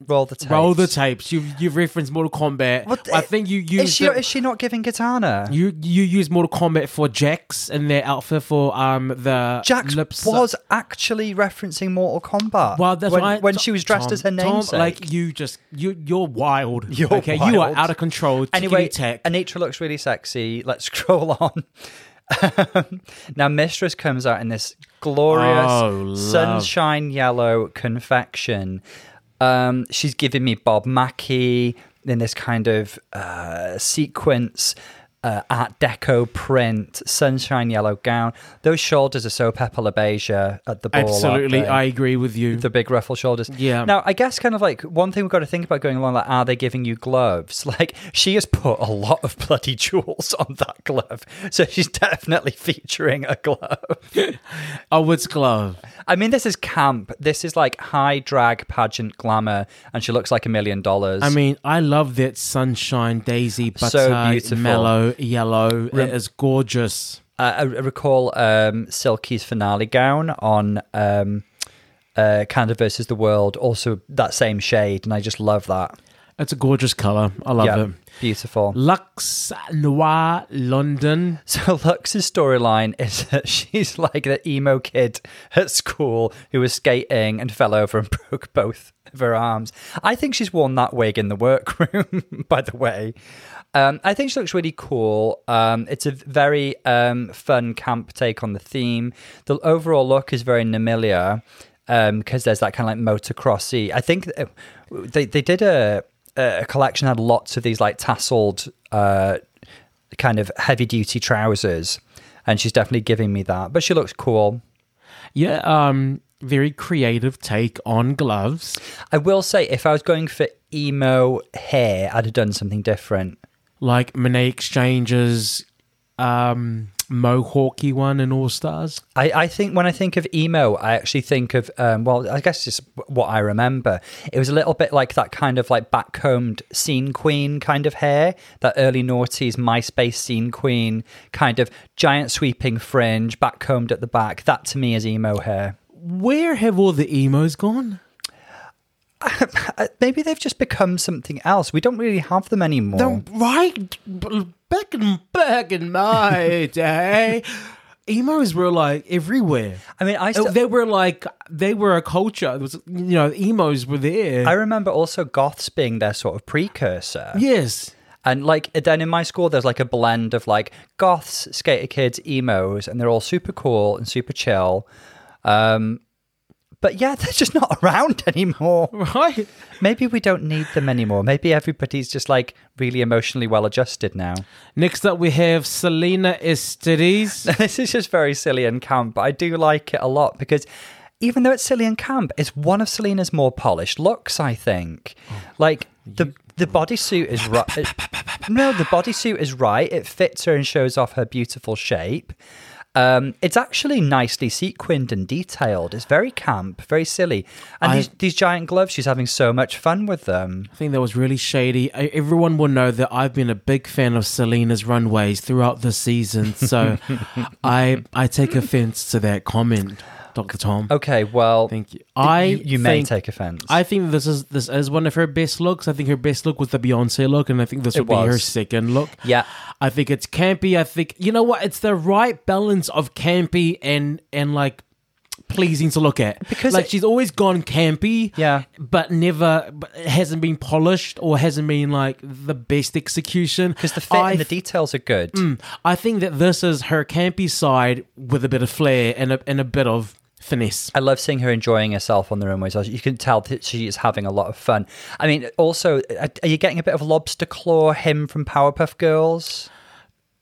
B: Roll the tape.
A: Roll the tapes. You've, you've referenced Mortal Kombat.
B: What the-
A: I think you used
B: Is she,
A: it-
B: is she not giving Katana?
A: You you use Mortal Kombat for Jax and their outfit for um the
B: Jax
A: lip sy-
B: was actually referencing Mortal Kombat.
A: well that's
B: when,
A: why
B: when she was dressed
A: Tom-
B: as her namesake.
A: Tom, like you just you you're wild.
B: You're
A: okay, you are
B: wild.
A: out of control.
B: anyway,
A: Anyway, tech.
B: Anitra looks really sexy. Let's [laughs] scroll on. now, Mistress comes out in this glorious
A: Oh, love.
B: sunshine yellow confection. Um, she's giving me Bob Mackie in this kind of uh, sequence. Uh, Art Deco print, sunshine yellow gown. Those shoulders are so Pepe La Beija at the ball. aren't
A: Absolutely,
B: they?
A: I agree with you.
B: the big ruffle shoulders.
A: Yeah.
B: Now, I guess kind of like one thing we've got to think about going along, like, are they giving you gloves? [laughs] Like, she has put a lot of bloody jewels on that glove. So she's definitely featuring a glove.
A: oh, it's glove.
B: I mean, this is camp. This is like high drag pageant glamour, and she looks like a million dollars.
A: I mean, I love that sunshine, daisy, butter,
B: beautiful.
A: mellow, yellow. it is gorgeous.
B: uh, I I recall um, Silky's finale gown on um, uh, Canada versus the World, also that same shade, and I just love that.
A: It's a gorgeous color. I love
B: yeah,
A: it.
B: beautiful.
A: Lux Noir London.
B: [laughs] So Lux's storyline is that [laughs] she's like the emo kid at school who was skating and fell over and [laughs] broke both of her arms. I think she's worn that wig in the workroom, [laughs] by the way. Um, I think she looks really cool. Um, it's a very um, fun camp take on the theme. The overall look is very Namelia because there's that kind of like motocrossy. I think uh, they they did a a collection that had lots of these like tasseled. Uh, kind of heavy duty trousers. And she's definitely giving me that. But she looks cool.
A: Yeah, um, very creative take on gloves.
B: I will say, if I was going for emo hair, I'd have done something different.
A: like Monet Exchange's um, Mohawky one in All Stars.
B: I, I think when I think of emo, I actually think of, um, well, I guess just what I remember. It was a little bit like that kind of like backcombed scene queen kind of hair, that early noughties MySpace scene queen kind of giant sweeping fringe, backcombed at the back. That to me is emo hair.
A: Where have all the emos gone?
B: uh, maybe they've just become something else. We don't really have them anymore.
A: The right b- back in back in
B: [laughs]
A: my day, emos were like everywhere.
B: I mean, I still,
A: they were like they were a culture. It was you know emos were there.
B: I remember also goths being their sort of precursor.
A: yes,
B: And like then in my school, there's like a blend of like goths, skater kids, emos, and they're all super cool and super chill. Um, but yeah, [laughs] they're just not around [laughs] anymore.
A: right.
B: Maybe we don't need them anymore. Maybe everybody's just like really emotionally well adjusted now.
A: Next up, we have Selena Estides.
B: [laughs] this is just very silly and camp, but I do like it a lot because even though it's silly and camp, it's one of Selena's more polished looks, I think.
A: Oh,
B: Like the the bodysuit is right. no, the bodysuit is right. It fits her and shows off her beautiful shape. Um, it's actually nicely sequined and detailed. It's very camp, very silly. And these, these giant gloves, she's having so much fun with them.
A: I think that was really shady. I- Everyone will know that I've been a big fan of Selena's runways throughout the season, so I I take offense to that comment, Doctor Tom.
B: Okay, well,
A: Thank you. I
B: Oh, you, you may
A: think-
B: take offense.
A: I think this is this is one of her best looks. I think her best look was the Beyonce look, and I think this would
B: It
A: be her
B: was.
A: second look.
B: Yeah.
A: I think it's campy. I think you know what? It's the right balance of campy and and like pleasing to look at
B: Because
A: like
B: it-
A: she's always gone campy
B: Yeah.
A: but never but it hasn't been polished or hasn't been like the best execution
B: Because the fit
A: I Mm.
B: and the details are good.
A: I think that this is her campy side with a bit of flair and a, and a bit of finesse
B: I love seeing her enjoying herself on the runways. You can tell that she is having a lot of fun. I mean, also, are are you getting a bit of lobster claw him from Powerpuff Girls?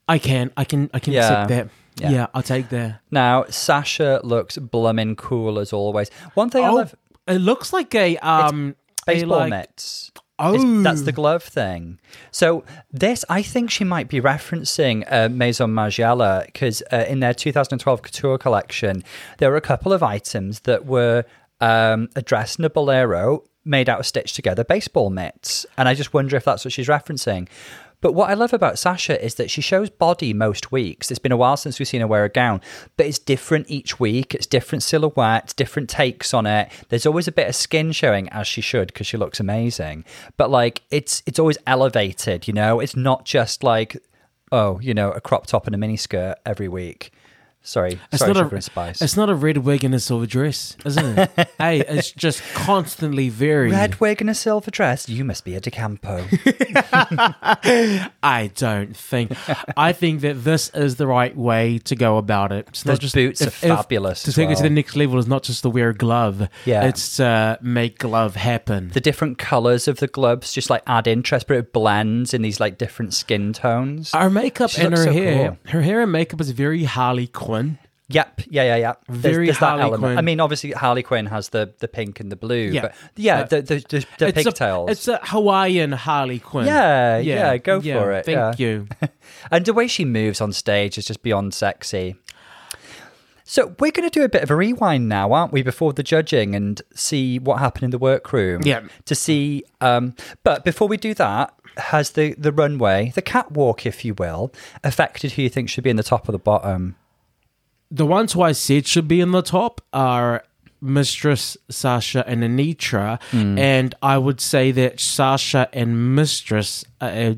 A: I can I can I can
B: Yeah.
A: accept that
B: Yeah.
A: yeah I'll take that
B: Now, Sasha looks blummin' cool as always. One thing I
A: Oh,
B: love
A: it looks like a um a,
B: baseball
A: like-
B: mitts.
A: Oh,
B: It's- that's the glove thing. So this, I think she might be referencing uh, Maison Margiela because uh, in their 2012 couture collection, there were a couple of items that were um, a dress and a bolero made out of stitched together baseball mitts, and I just wonder if that's what she's referencing. But what I love about Sasha is that she shows body most weeks. It's been a while since we've seen her wear a gown, but it's different each week. It's different silhouettes, different takes on it. There's always a bit of skin showing as she should because she looks amazing. But like it's it's always elevated, you know? It's not just like oh, you know, a crop top and a miniskirt every week. Sorry.
A: it's
B: Sorry,
A: not a
B: sugar and spice.
A: it's not a red wig and a silver dress, isn't
B: [laughs]
A: it? hey, it's just constantly varying.
B: Red wig and a silver dress. You must be a
A: [laughs]
B: decampo.
A: I don't think. I think that this is the right way to go about it. It's
B: Those boots are fabulous
A: To
B: as
A: take it to the
B: well.
A: next level is not just to wear a glove.
B: Yeah.
A: it's to make glove happen.
B: the different colors of the gloves just like add interest, but it blends in these like different skin tones.
A: her makeup
B: She
A: and her
B: looks so
A: hair, her hair and makeup is very Harley Quinn.
B: Yep. Yeah, yeah, yeah. There's,
A: Very
B: there's
A: Harley
B: that element.
A: Quinn.
B: I mean, obviously Harley Quinn has the the pink and the blue,
A: Yeah.
B: but yeah,
A: Uh,
B: the the, the, the
A: It's a-
B: pigtails.
A: it's a Hawaiian Harley Quinn.
B: Yeah, yeah, go for it,
A: Thank
B: yeah.
A: you.
B: and the way she moves on stage is just beyond sexy. So we're going to do a bit of a rewind now, aren't we, before the judging and see what happened in the workroom.
A: Yeah.
B: To see, um, but before we do that, has the the runway, the catwalk, if you will, affected who you think should be in the top or the bottom?
A: The ones who I said should be in the top are Mistress Sasha and Anitra,
B: Hmm.
A: and I would say that Sasha and Mistress uh,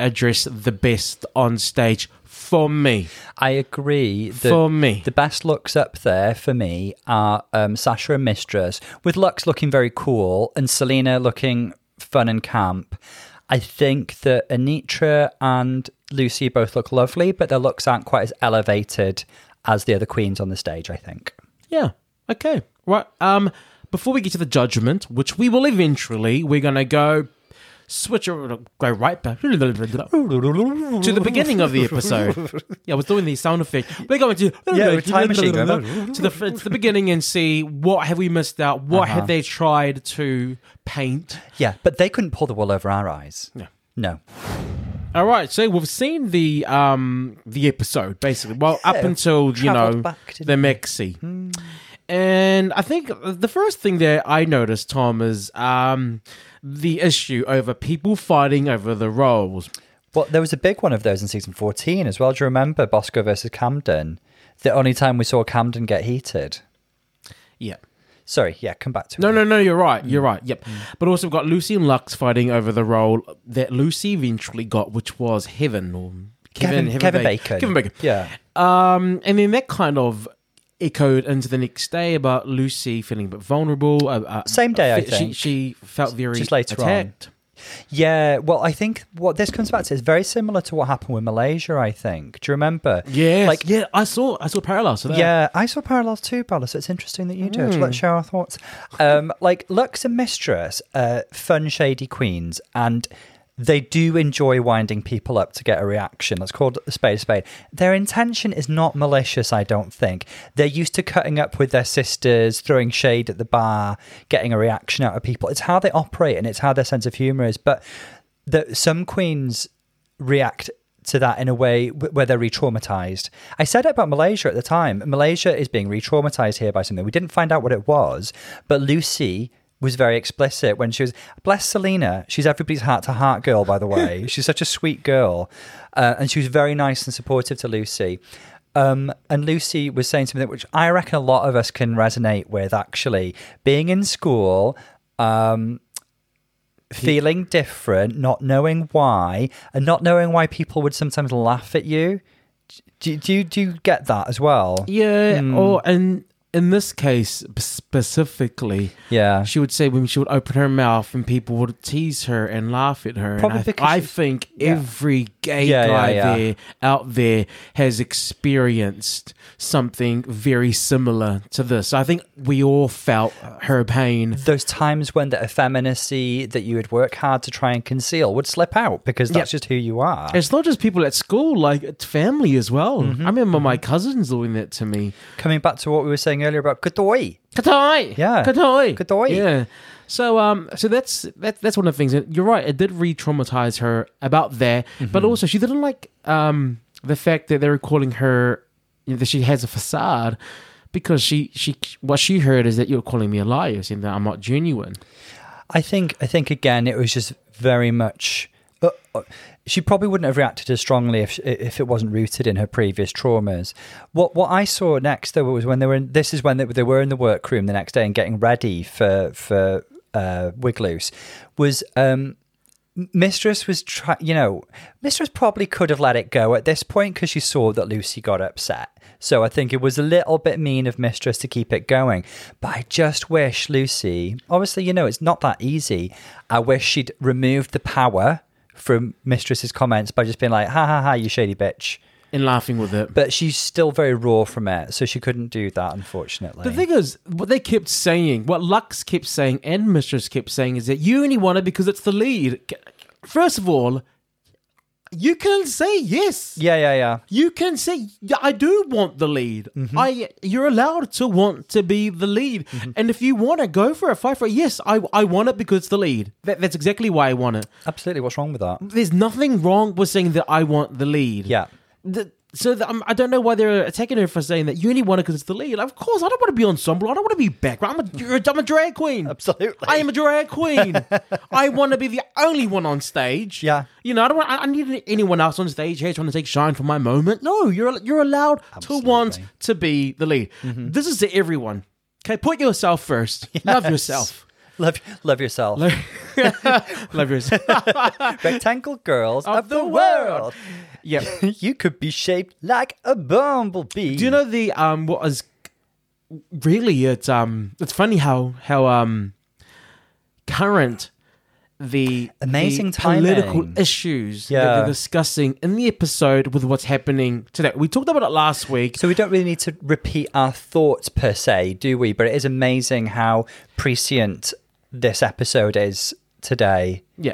A: address the best on stage for me.
B: I agree. The,
A: For me.
B: the best looks up there for me are um, Sasha and Mistress, with Lux looking very cool and Selena looking fun and camp. I think that Anitra and Lucy both look lovely, but their looks aren't quite as elevated as the other queens on the stage. I think.
A: Yeah. Okay. Right. Um. Before we get to the judgment, which we will eventually, we're gonna go switch or go right back to the beginning of
B: [laughs]
A: the episode. Yeah, I was doing the sound effect. We're going to
B: Yeah,
A: [laughs]
B: with time machine going back.
A: to the to the beginning and see what have we missed out. What
B: Uh-huh.
A: have they tried to paint?
B: Yeah, but they couldn't pull the wool over our eyes. No. No.
A: All right, so we've seen the um the episode basically. Well, up
B: Yeah,
A: until you
B: travelled
A: know
B: back, didn't
A: the maxi,
B: Hmm.
A: and I think the first thing that I noticed, Tom, is um the issue over people fighting over the roles.
B: Well, there was a big one of those in season fourteen as well. Do you remember Bosco versus Camden? The only time we saw Camden get heated.
A: Yeah,
B: Sorry, yeah, come back to
A: No,
B: it.
A: no, no. You're right.
B: Mm.
A: You're right. Yep. But also, we've got Lucy and Lux fighting over the role that Lucy eventually got, which was Heaven or Kevin
B: Kevin, Kevin, Bacon.
A: Kevin Bacon.
B: Yeah.
A: Um, and then that kind of echoed into the next day about Lucy feeling a bit vulnerable. Uh, uh,
B: Same day, I
A: fe-
B: think.
A: She, she felt very
B: Just later on.
A: attacked.
B: Yeah, well, I think what this comes back to is very similar to what happened with Malaysia, I think. Do you remember?
A: Yeah,
B: Like,
A: like yeah, I saw I saw parallels to that.
B: Yeah, I saw parallels too, Bella. So it's interesting that you do. it. Let's share our thoughts. Um, like Lux and Mistress, uh, fun, shady queens, and they do enjoy winding people up to get a reaction. That's called a spade a spade. Their intention is not malicious, I don't think. They're used to cutting up with their sisters, throwing shade at the bar, getting a reaction out of people. It's how they operate and it's how their sense of humor is. But the, some queens react to that in a way w- where they're re-traumatized. I said it about Malaysia at the time. Malaysia is being re-traumatized here by something. We didn't find out what it was, but Lucy was very explicit when she was bless Selena. She's everybody's heart to heart girl, by the way. She's such a sweet girl, uh, and she was very nice and supportive to Lucy. Um, and Lucy was saying something which I reckon a lot of us can resonate with. Actually, being in school, um, feeling different, not knowing why, and not knowing why people would sometimes laugh at you. Do, do, you- do you get that as well?
A: yeah.
B: Mm.
A: Or and in this case specifically,
B: Yeah.
A: she would say when she would open her mouth and people would tease her and laugh at her.
B: Probably
A: and I,
B: because
A: I
B: she's-
A: think
B: yeah.
A: every gay
B: Yeah, yeah,
A: guy
B: yeah.
A: there out there has experienced something very similar to this. I think we all felt her pain.
B: Those times when the effeminacy that you would work hard to try and conceal would slip out because that's just who you are.
A: It's not just people at school, like it's family as well.
B: Mm-hmm.
A: I remember my cousins doing that to me.
B: Coming back to what we were saying earlier about Godoy.
A: Katoi.
B: Yeah.
A: Katoi.
B: Katoi.
A: Yeah. So um so that's that, that's one of the things. And you're right, it did re traumatize her about that. But also she didn't like um the fact that they were calling her you know, that she has a facade because she she what she heard is that you're calling me a liar, saying that I'm not genuine.
B: I think I think again it was just very much. Uh, uh, she probably wouldn't have reacted as strongly if she, if it wasn't rooted in her previous traumas. What what I saw next though was when they were in, this is when they, they were in the workroom the next day and getting ready for for uh, Wigloose was. Um, Mistress was try, you know, Mistress probably could have let it go at this point because she saw that Lucy got upset. So I think it was a little bit mean of Mistress to keep it going. But I just wish Lucy, obviously, you know, it's not that easy. I wish she'd removed the power from Mistress's comments by just being like, ha ha ha, you shady bitch.
A: And laughing with it.
B: But she's still very raw from it. So she couldn't do that, unfortunately.
A: The thing is, what they kept saying, what Lux kept saying, and Mistress kept saying, is that you only want it because it's the lead. First of all, you can say yes.
B: yeah, yeah, yeah.
A: You can say, yeah, I do want the lead. I, you're allowed to want to be the lead, and if you want to go for it, fight for it. Yes, I, I want it because it's the lead. That, that's exactly why I want it.
B: Absolutely. What's wrong with that?
A: There's nothing wrong with saying that I want the lead.
B: Yeah.
A: The- so the, um, I don't know why they're attacking her for saying that you only want it because it's the lead. Of course, I don't want to be ensemble. I don't want to be background. I'm a, you're a, I'm a drag queen.
B: Absolutely.
A: I am a drag
B: [laughs]
A: queen. I want to be the only one on stage.
B: Yeah.
A: you know, I don't want. I, I don't need anyone else on stage here trying to take shine for my moment. No, you're you're allowed to want to be the lead.
B: Mm-hmm.
A: This is to everyone. Okay, put yourself
B: [laughs]
A: first. Love yourself.
B: Love, love yourself.
A: Love yourself.
B: Rectangle girls of, the,
A: the
B: world.
A: world. yeah.
B: [laughs] you could be shaped like a bumblebee.
A: Do you know the um what is really it's um it's funny how how um current the
B: Amazing
A: the political
B: timing.
A: issues that
B: Yeah.
A: they're discussing in the episode with what's happening today. We talked about it last week.
B: So we don't really need to repeat our thoughts per se, do we? But it is amazing how prescient this episode is today.
A: Yeah.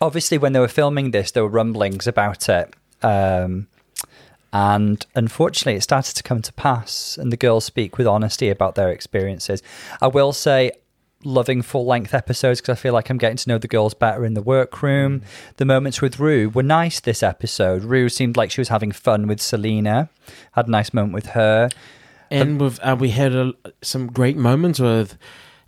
B: Obviously, when they were filming this, there were rumblings about it. Um, and unfortunately, it started to come to pass, and the girls speak with honesty about their experiences. I will say, loving full length episodes because I feel like I'm getting to know the girls better in the workroom. The moments with Rue were nice this episode. Rue seemed like she was having fun with Selena, had a nice moment with her.
A: And we've uh, we had a, some great moments with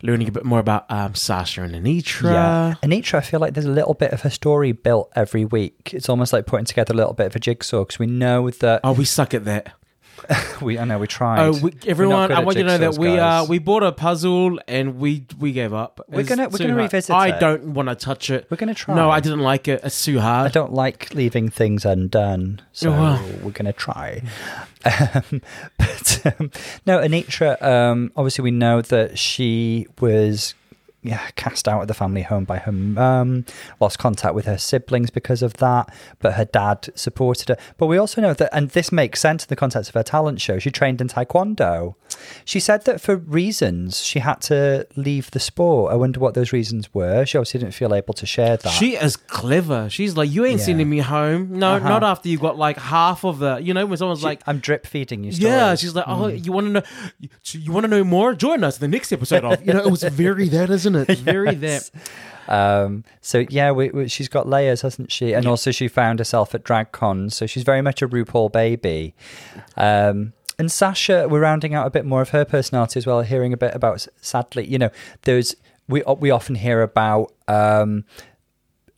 A: learning a bit more about um, Sasha and Anitra.
B: Yeah. Anitra, I feel like there's a little bit of her story built every week. It's almost like putting together a little bit of a jigsaw because we know that
A: Oh, we suck at that.
B: [laughs] we I know we tried.
A: Oh, we,
B: We're
A: everyone!
B: not good
A: I
B: at
A: want you to know that
B: jigsaws,
A: we uh,
B: guys.
A: we bought a puzzle and we we gave up.
B: We're
A: It's
B: gonna- we're
A: too
B: gonna
A: hard.
B: revisit
A: I
B: it.
A: don't want to touch it.
B: We're gonna try.
A: No, I didn't like it. It's too
B: I
A: hard.
B: don't like leaving things undone, so
A: Well.
B: we're going to try. [laughs] Um, but um, no, Anitra, um, obviously, we know that she was yeah, cast out of the family home by her mum, lost contact with her siblings because of that, but her dad supported her. But we also know that, and this makes sense in the context of her talent show, she trained in Taekwondo. She said that for reasons she had to leave the sport. I wonder what those reasons were. She obviously didn't feel able to share that.
A: She is clever. She's like, you ain't
B: Yeah. Uh-huh.
A: sending me home. No, not after you got like half of the. You know, when someone's like,
B: I'm drip feeding you. Stories. Mm.
A: yeah, she's like, oh, you want to know, you, want to know more? Join us the next episode of. You know, it was very that, isn't
B: [laughs]
A: it? Very that.
B: Um, so yeah, we, we, she's got layers, hasn't she? And also, she found herself at drag cons, so she's very much a RuPaul baby. Um, and Sasha, we're rounding out a bit more of her personality as well, hearing a bit about. Sadly, you know, there's we we often hear about. Um,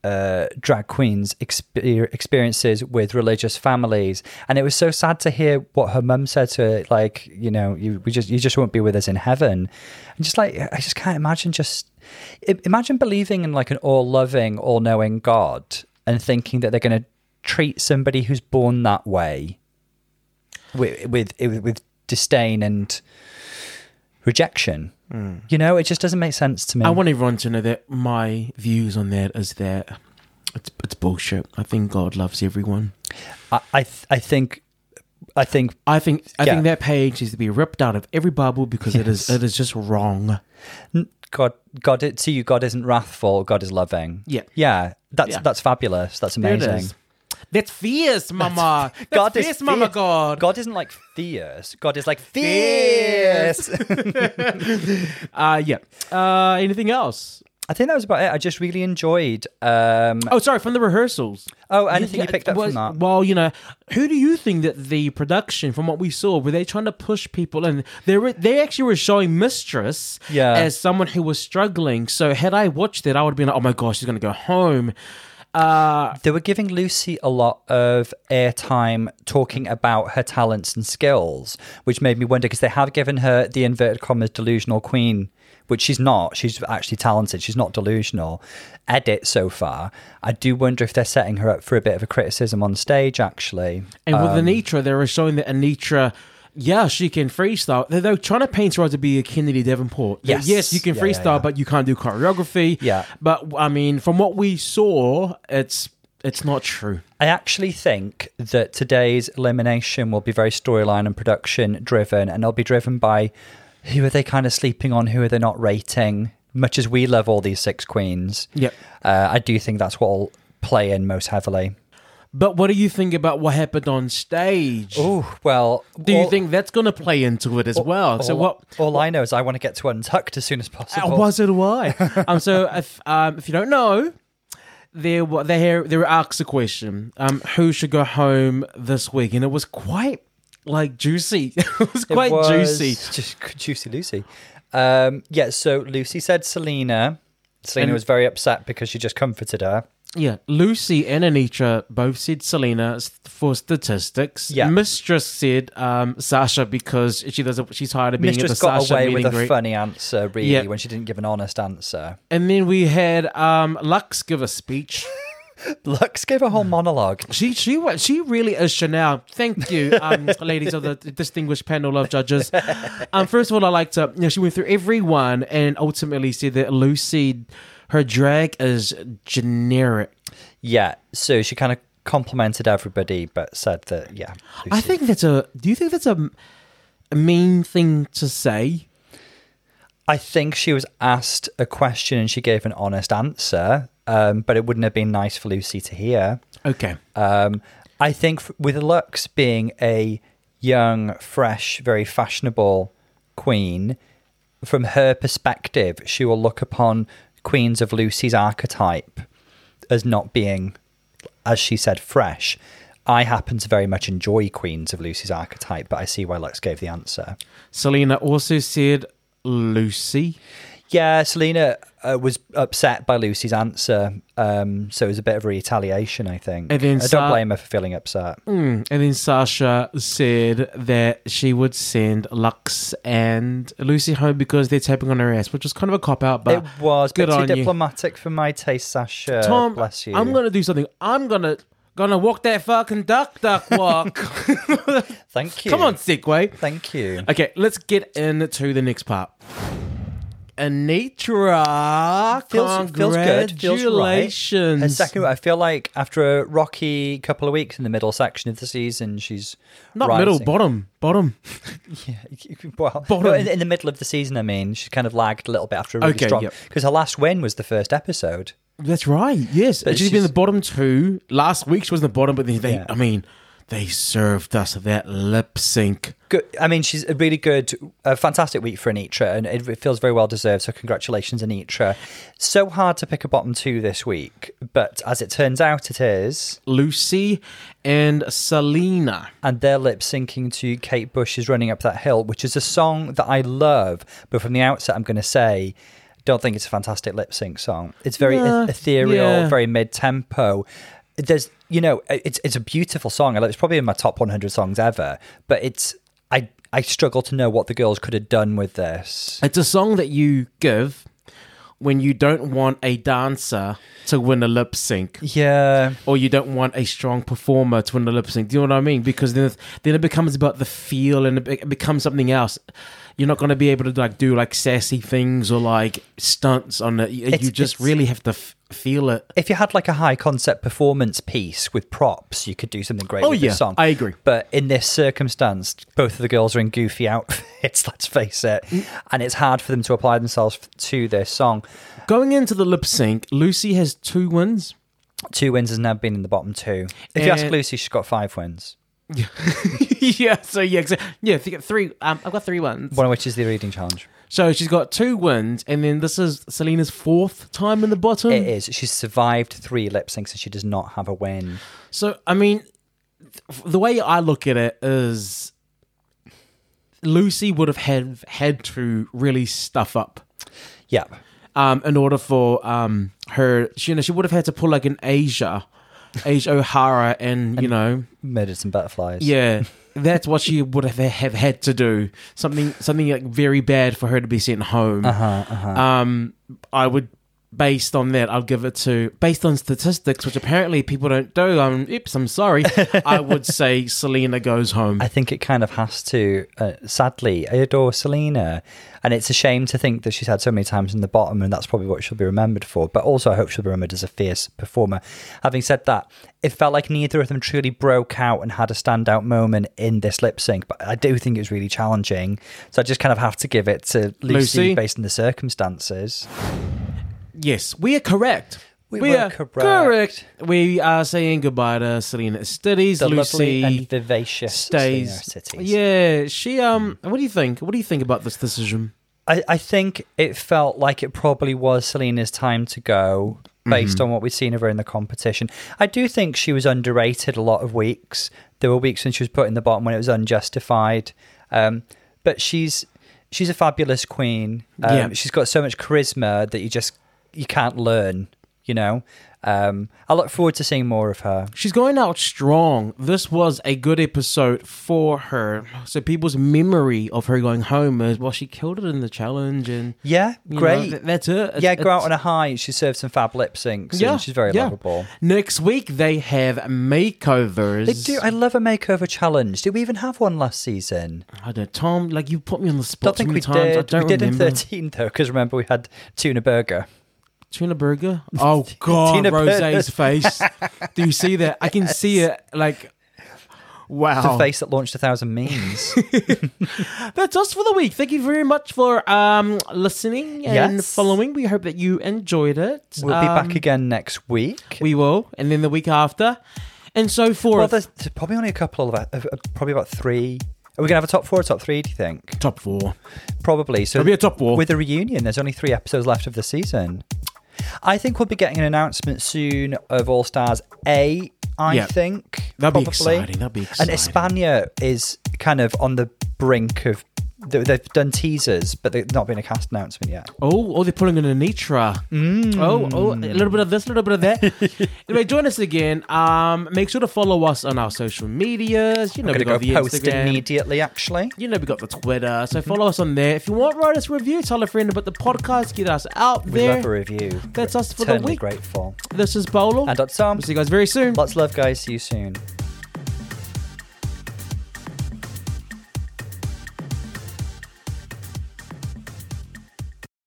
B: uh, drag queens exper- experiences with religious families, and it was so sad to hear what her mum said to her, like, you know, you we just you just won't be with us in heaven, and just like I just can't imagine just i- imagine believing in like an all loving, all knowing God and thinking that they're going to treat somebody who's born that way with with with disdain and rejection. You know, it just doesn't make sense to me.
A: Hmm. I want everyone to know that my views on that is that it's, it's bullshit. I think God loves everyone.
B: I I, th- I think I think
A: I think I
B: Yeah.
A: think that page needs to be ripped out of every Bible because it is
B: Yes.
A: it is just wrong.
B: God, God, i- to you, God isn't wrathful. God is loving.
A: Yeah.
B: yeah. That's
A: Yeah.
B: that's fabulous. That's
A: There it
B: amazing.
A: is. That's fierce, Mama. That's
B: God
A: fierce,
B: is
A: Mama
B: fierce.
A: God.
B: God isn't like fierce. God is like fierce. [laughs]
A: Uh, yeah. Uh, anything else?
B: I think that was about it. I just really enjoyed. Um,
A: Oh, sorry, from the rehearsals.
B: oh, anything you
A: Yeah,
B: picked up
A: well,
B: from that?
A: Well, you know, who do you think that the production, from what we saw, were they trying to push people? And they were, they actually were showing Mistress
B: Yeah.
A: as someone who was struggling. So had I watched it, I would have been like, oh my gosh, she's going to go home. Uh,
B: They were giving Lucy a lot of airtime talking about her talents and skills, which made me wonder because they have given her the inverted commas delusional queen, which she's not. She's actually talented. She's not delusional. Edit so far. I do wonder if they're setting her up for a bit of a criticism on stage, actually.
A: and
B: Um,
A: with Anitra, they were showing that Anitra. Yeah, she can freestyle. They- They're trying to paint her out to be a Kennedy Davenport. That,
B: Yes.
A: yes, you can
B: Yeah, yeah,
A: freestyle,
B: yeah.
A: but you can't do choreography.
B: Yeah.
A: but I mean, from what we saw, it's it's not true.
B: I actually think that today's elimination will be very storyline and production driven, and it'll be driven by who are they kind of sleeping on, who are they not rating. Much as we love all these six queens,
A: Yep.
B: uh, I do think that's what'll play in most heavily.
A: But what do you think about what happened on stage?
B: Oh well, oh,
A: Do you
B: all-
A: think that's going to play into it as well? So
B: all-
A: what?
B: All I know is I want to get to untucked as soon as possible.
A: Was it why? um,
B: [laughs]
A: so if um, if you don't know, there were they here they were asked a question: um, who should go home this week? And it was quite like juicy. [laughs] it was
B: It
A: quite
B: was
A: juicy.
B: Just [laughs] juicy Lucy. Um, yeah, so Lucy said Selena. Selena
A: And-
B: was very upset because she just comforted her.
A: Yeah, Lucy and Anitra both said Selena s- for statistics.
B: Yeah.
A: Mistress said um, Sasha because she does she's tired of being at
B: Mistress
A: the
B: got
A: Sasha
B: away
A: meet
B: with
A: and
B: a
A: greet.
B: funny answer, really,
A: Yeah.
B: when she didn't give an honest answer.
A: And then we had um, Lux give a speech.
B: Lux gave a whole
A: Hmm.
B: monologue.
A: She she wa- she really is Chanel. Thank you, um, ladies of the distinguished panel of judges. Um, first of all, I like to you know she went through everyone and ultimately said that Lucy, her drag is generic.
B: Yeah, so she kind of complimented everybody, but said that, yeah.
A: I
B: Lucy-
A: think that's a. Do you think that's a, a mean thing to say?
B: I think she was asked a question and she gave an honest answer, um, but it wouldn't have been nice for Lucy to hear.
A: Okay.
B: Um, I think f- with Lux being a young, fresh, very fashionable queen, from her perspective, she will look upon queens of Lucy's archetype as not being, as she said, fresh. I happen to very much enjoy queens of Lucy's archetype, but I see why Lux gave the answer.
A: Selena also said Lucy.
B: Yeah, Selena uh, was upset by Lucy's answer, um, so it was a bit of retaliation. I think.
A: And then
B: I
A: Sa-
B: don't blame her for feeling upset.
A: Mm. And then Sasha said that she would send Lux and Lucy home because they're tapping on her ass, which was kind of a cop out, but
B: It was a
A: good
B: bit too
A: on you.
B: diplomatic for my taste, Sasha.
A: Tom,
B: Uh, bless you.
A: I'm gonna do something. I'm gonna gonna walk that fucking duck
B: [laughs]
A: duck walk.
B: Thank you.
A: Come on, Segway.
B: Thank you.
A: Okay, let's get into the next part. Anitra,
B: Feels- feels good, feels right.
A: congratulations.
B: Her second, I feel like after a rocky couple of weeks in the middle section of the season, she's
A: Not
B: rising.
A: middle, bottom, bottom.
B: Yeah, you can- [laughs] well,
A: Bottom.
B: no, in, in the middle of the season, I mean, she kind of lagged a little bit after a really
A: Okay,
B: strong
A: yep.
B: because her last win was the first episode.
A: That's right. Yes,
B: But
A: she's been in
B: she's-
A: the bottom two last week. She was in the bottom, but then they,
B: Yeah.
A: I mean, they served us that lip sync.
B: Good. I mean, she's a really good, a fantastic week for Anitra, and it, it feels very well deserved. So, congratulations, Anitra. So hard to pick a bottom two this week, but as it turns out, it is.
A: Lucy and Selena.
B: And they're lip syncing to Kate Bush's Running Up That Hill, which is a song that I love. But from the outset, I'm going to say, don't think it's a fantastic lip sync song. It's very
A: Nah,
B: eth- ethereal,
A: yeah.
B: very mid tempo. There's, you know, it's it's a beautiful song. I love- It's probably in my top 100 songs ever, but it's, I, I struggle to know what the girls could have done with this.
A: It's a song that you give when you don't want a dancer to win a lip sync.
B: Yeah.
A: or you don't want a strong performer to win the lip sync. Do you know what I mean? Because then, then it becomes about the feel and it be- it becomes something else. You're not going to be able to like do like sassy things or like stunts on it. You, you
B: It's-
A: just
B: it's-
A: really have to f- feel it.
B: If you had like a high concept performance piece with props, you could do something great
A: Oh,
B: with
A: yeah.
B: this song.
A: I agree.
B: But in this circumstance, both of the girls are in goofy [laughs] outfits, let's face it. And it's hard for them to apply themselves f- to this song.
A: Going into the lip sync, Lucy has two wins. [laughs]
B: Two wins has never been in the bottom two. If you ask
A: And-
B: Lucy, she's got five wins,
A: yeah, so yeah, exa- yeah, if you get three. Um, I've got three wins.
B: one of which is the reading challenge.
A: So she's got two wins, and then this is Selena's fourth time in the bottom.
B: It is. She's survived three lip syncs and she does not have a win.
A: So I mean, th- the way I look at it is, Lucy would have had had to really stuff up
B: Yeah.
A: um, in order for um, her. She, you know, she would have had to pull like an Asia, Asia O'Hara, and you know,
B: Murdered some butterflies.
A: yeah. That's what she would have, have had to do. Something something like very bad for her to be sent home.
B: Uh-huh, uh-huh.
A: Um, I would, based on that, I'd give it to based on statistics, which apparently people don't do. Um, oops, I'm sorry. I
B: [laughs]
A: would say Selena goes home.
B: I think it kind of has to. Uh, sadly, I adore Selena, and it's a shame to think that she's had so many times in the bottom, and that's probably what she'll be remembered for. But also, I hope she'll be remembered as a fierce performer. Having said that, it felt like neither of them truly broke out and had a standout moment in this lip sync. But I do think it was really challenging, so I just kind of have to give it to Lucy,
A: Lucy?
B: based on the circumstances.
A: Yes, we are correct.
B: We were
A: are
B: correct.
A: We are saying goodbye to Selena Estides.
B: The
A: Lucy
B: lovely and vivacious
A: stays.
B: Selena Cities.
A: Yeah, she. Um, what do you think? What do you think about this decision?
B: I, I think it felt like it probably was Selena's time to go based
A: Mm-hmm.
B: on what we'd seen of her in the competition. I do think she was underrated a lot of weeks. There were weeks when she was put in the bottom when it was unjustified. Um, but she's she's a fabulous queen. Um,
A: Yeah.
B: She's got so much charisma that you just you can't learn, you know. Um, I look forward to seeing more of her.
A: She's going out strong. This was a good episode for her. So people's memory of her going home is well, she killed it in the challenge and
B: Yeah,
A: You know,
B: great.
A: th- that's it. It's-
B: yeah, go out
A: it's-
B: on a high. She served some fab lip syncs. Yeah, she's very
A: yeah.
B: lovable.
A: Next week they have makeovers.
B: They do. I love a makeover challenge. Did we even have one last season?
A: I don't. Tom, like you put me on the
B: Don't
A: spot so
B: think
A: many
B: we
A: times.
B: did.
A: I don't
B: we did
A: remember.
B: in thirteen though, because remember we had tuna burger.
A: Tuna
B: [laughs]
A: burger. Oh God,
B: Tina Burner.
A: Rose's
B: [laughs]
A: face. Do you see that? I can see it. Like, wow. Oh.
B: The face that launched a thousand
A: [laughs]
B: memes.
A: That's us for the week. Thank you very much for um listening and
B: Yes.
A: following. We hope that you enjoyed it.
B: we'll be
A: Um,
B: back again next week.
A: We will, and then the week after, and so
B: well,
A: forth.
B: there's there's probably only a couple of, uh, of, of probably about three. Are we gonna have a top four or top three? Do you think?
A: top four.
B: Probably. So
A: It'll be a top four.
B: with a reunion. There's only three episodes left of the season. I think we'll be getting an announcement soon of All Stars A. I
A: Yeah.
B: think
A: That'd be
B: probably.
A: exciting. That'd be
B: And
A: exciting.
B: Espana is kind of on the brink of they- they've done teasers, but they've not been a cast announcement yet.
A: Oh, oh, they're pulling in a Nitra. Oh, oh, a little bit of this, a little bit of [laughs] that. anyway, join us again. Um, make sure to follow us on our social medias. You know,
B: I'm
A: we
B: going
A: got
B: to
A: the
B: go post
A: Instagram.
B: immediately, actually.
A: you know, we got the Twitter. So follow us on there. If you want, write us a review. Tell a friend about the podcast. Get us out
B: We
A: there.
B: love a review.
A: That's us for the
B: Eternally
A: week.
B: grateful.
A: This is Bolo.
B: And dot Tom.
A: We'll see you guys very soon.
B: Lots of love, guys. See you soon.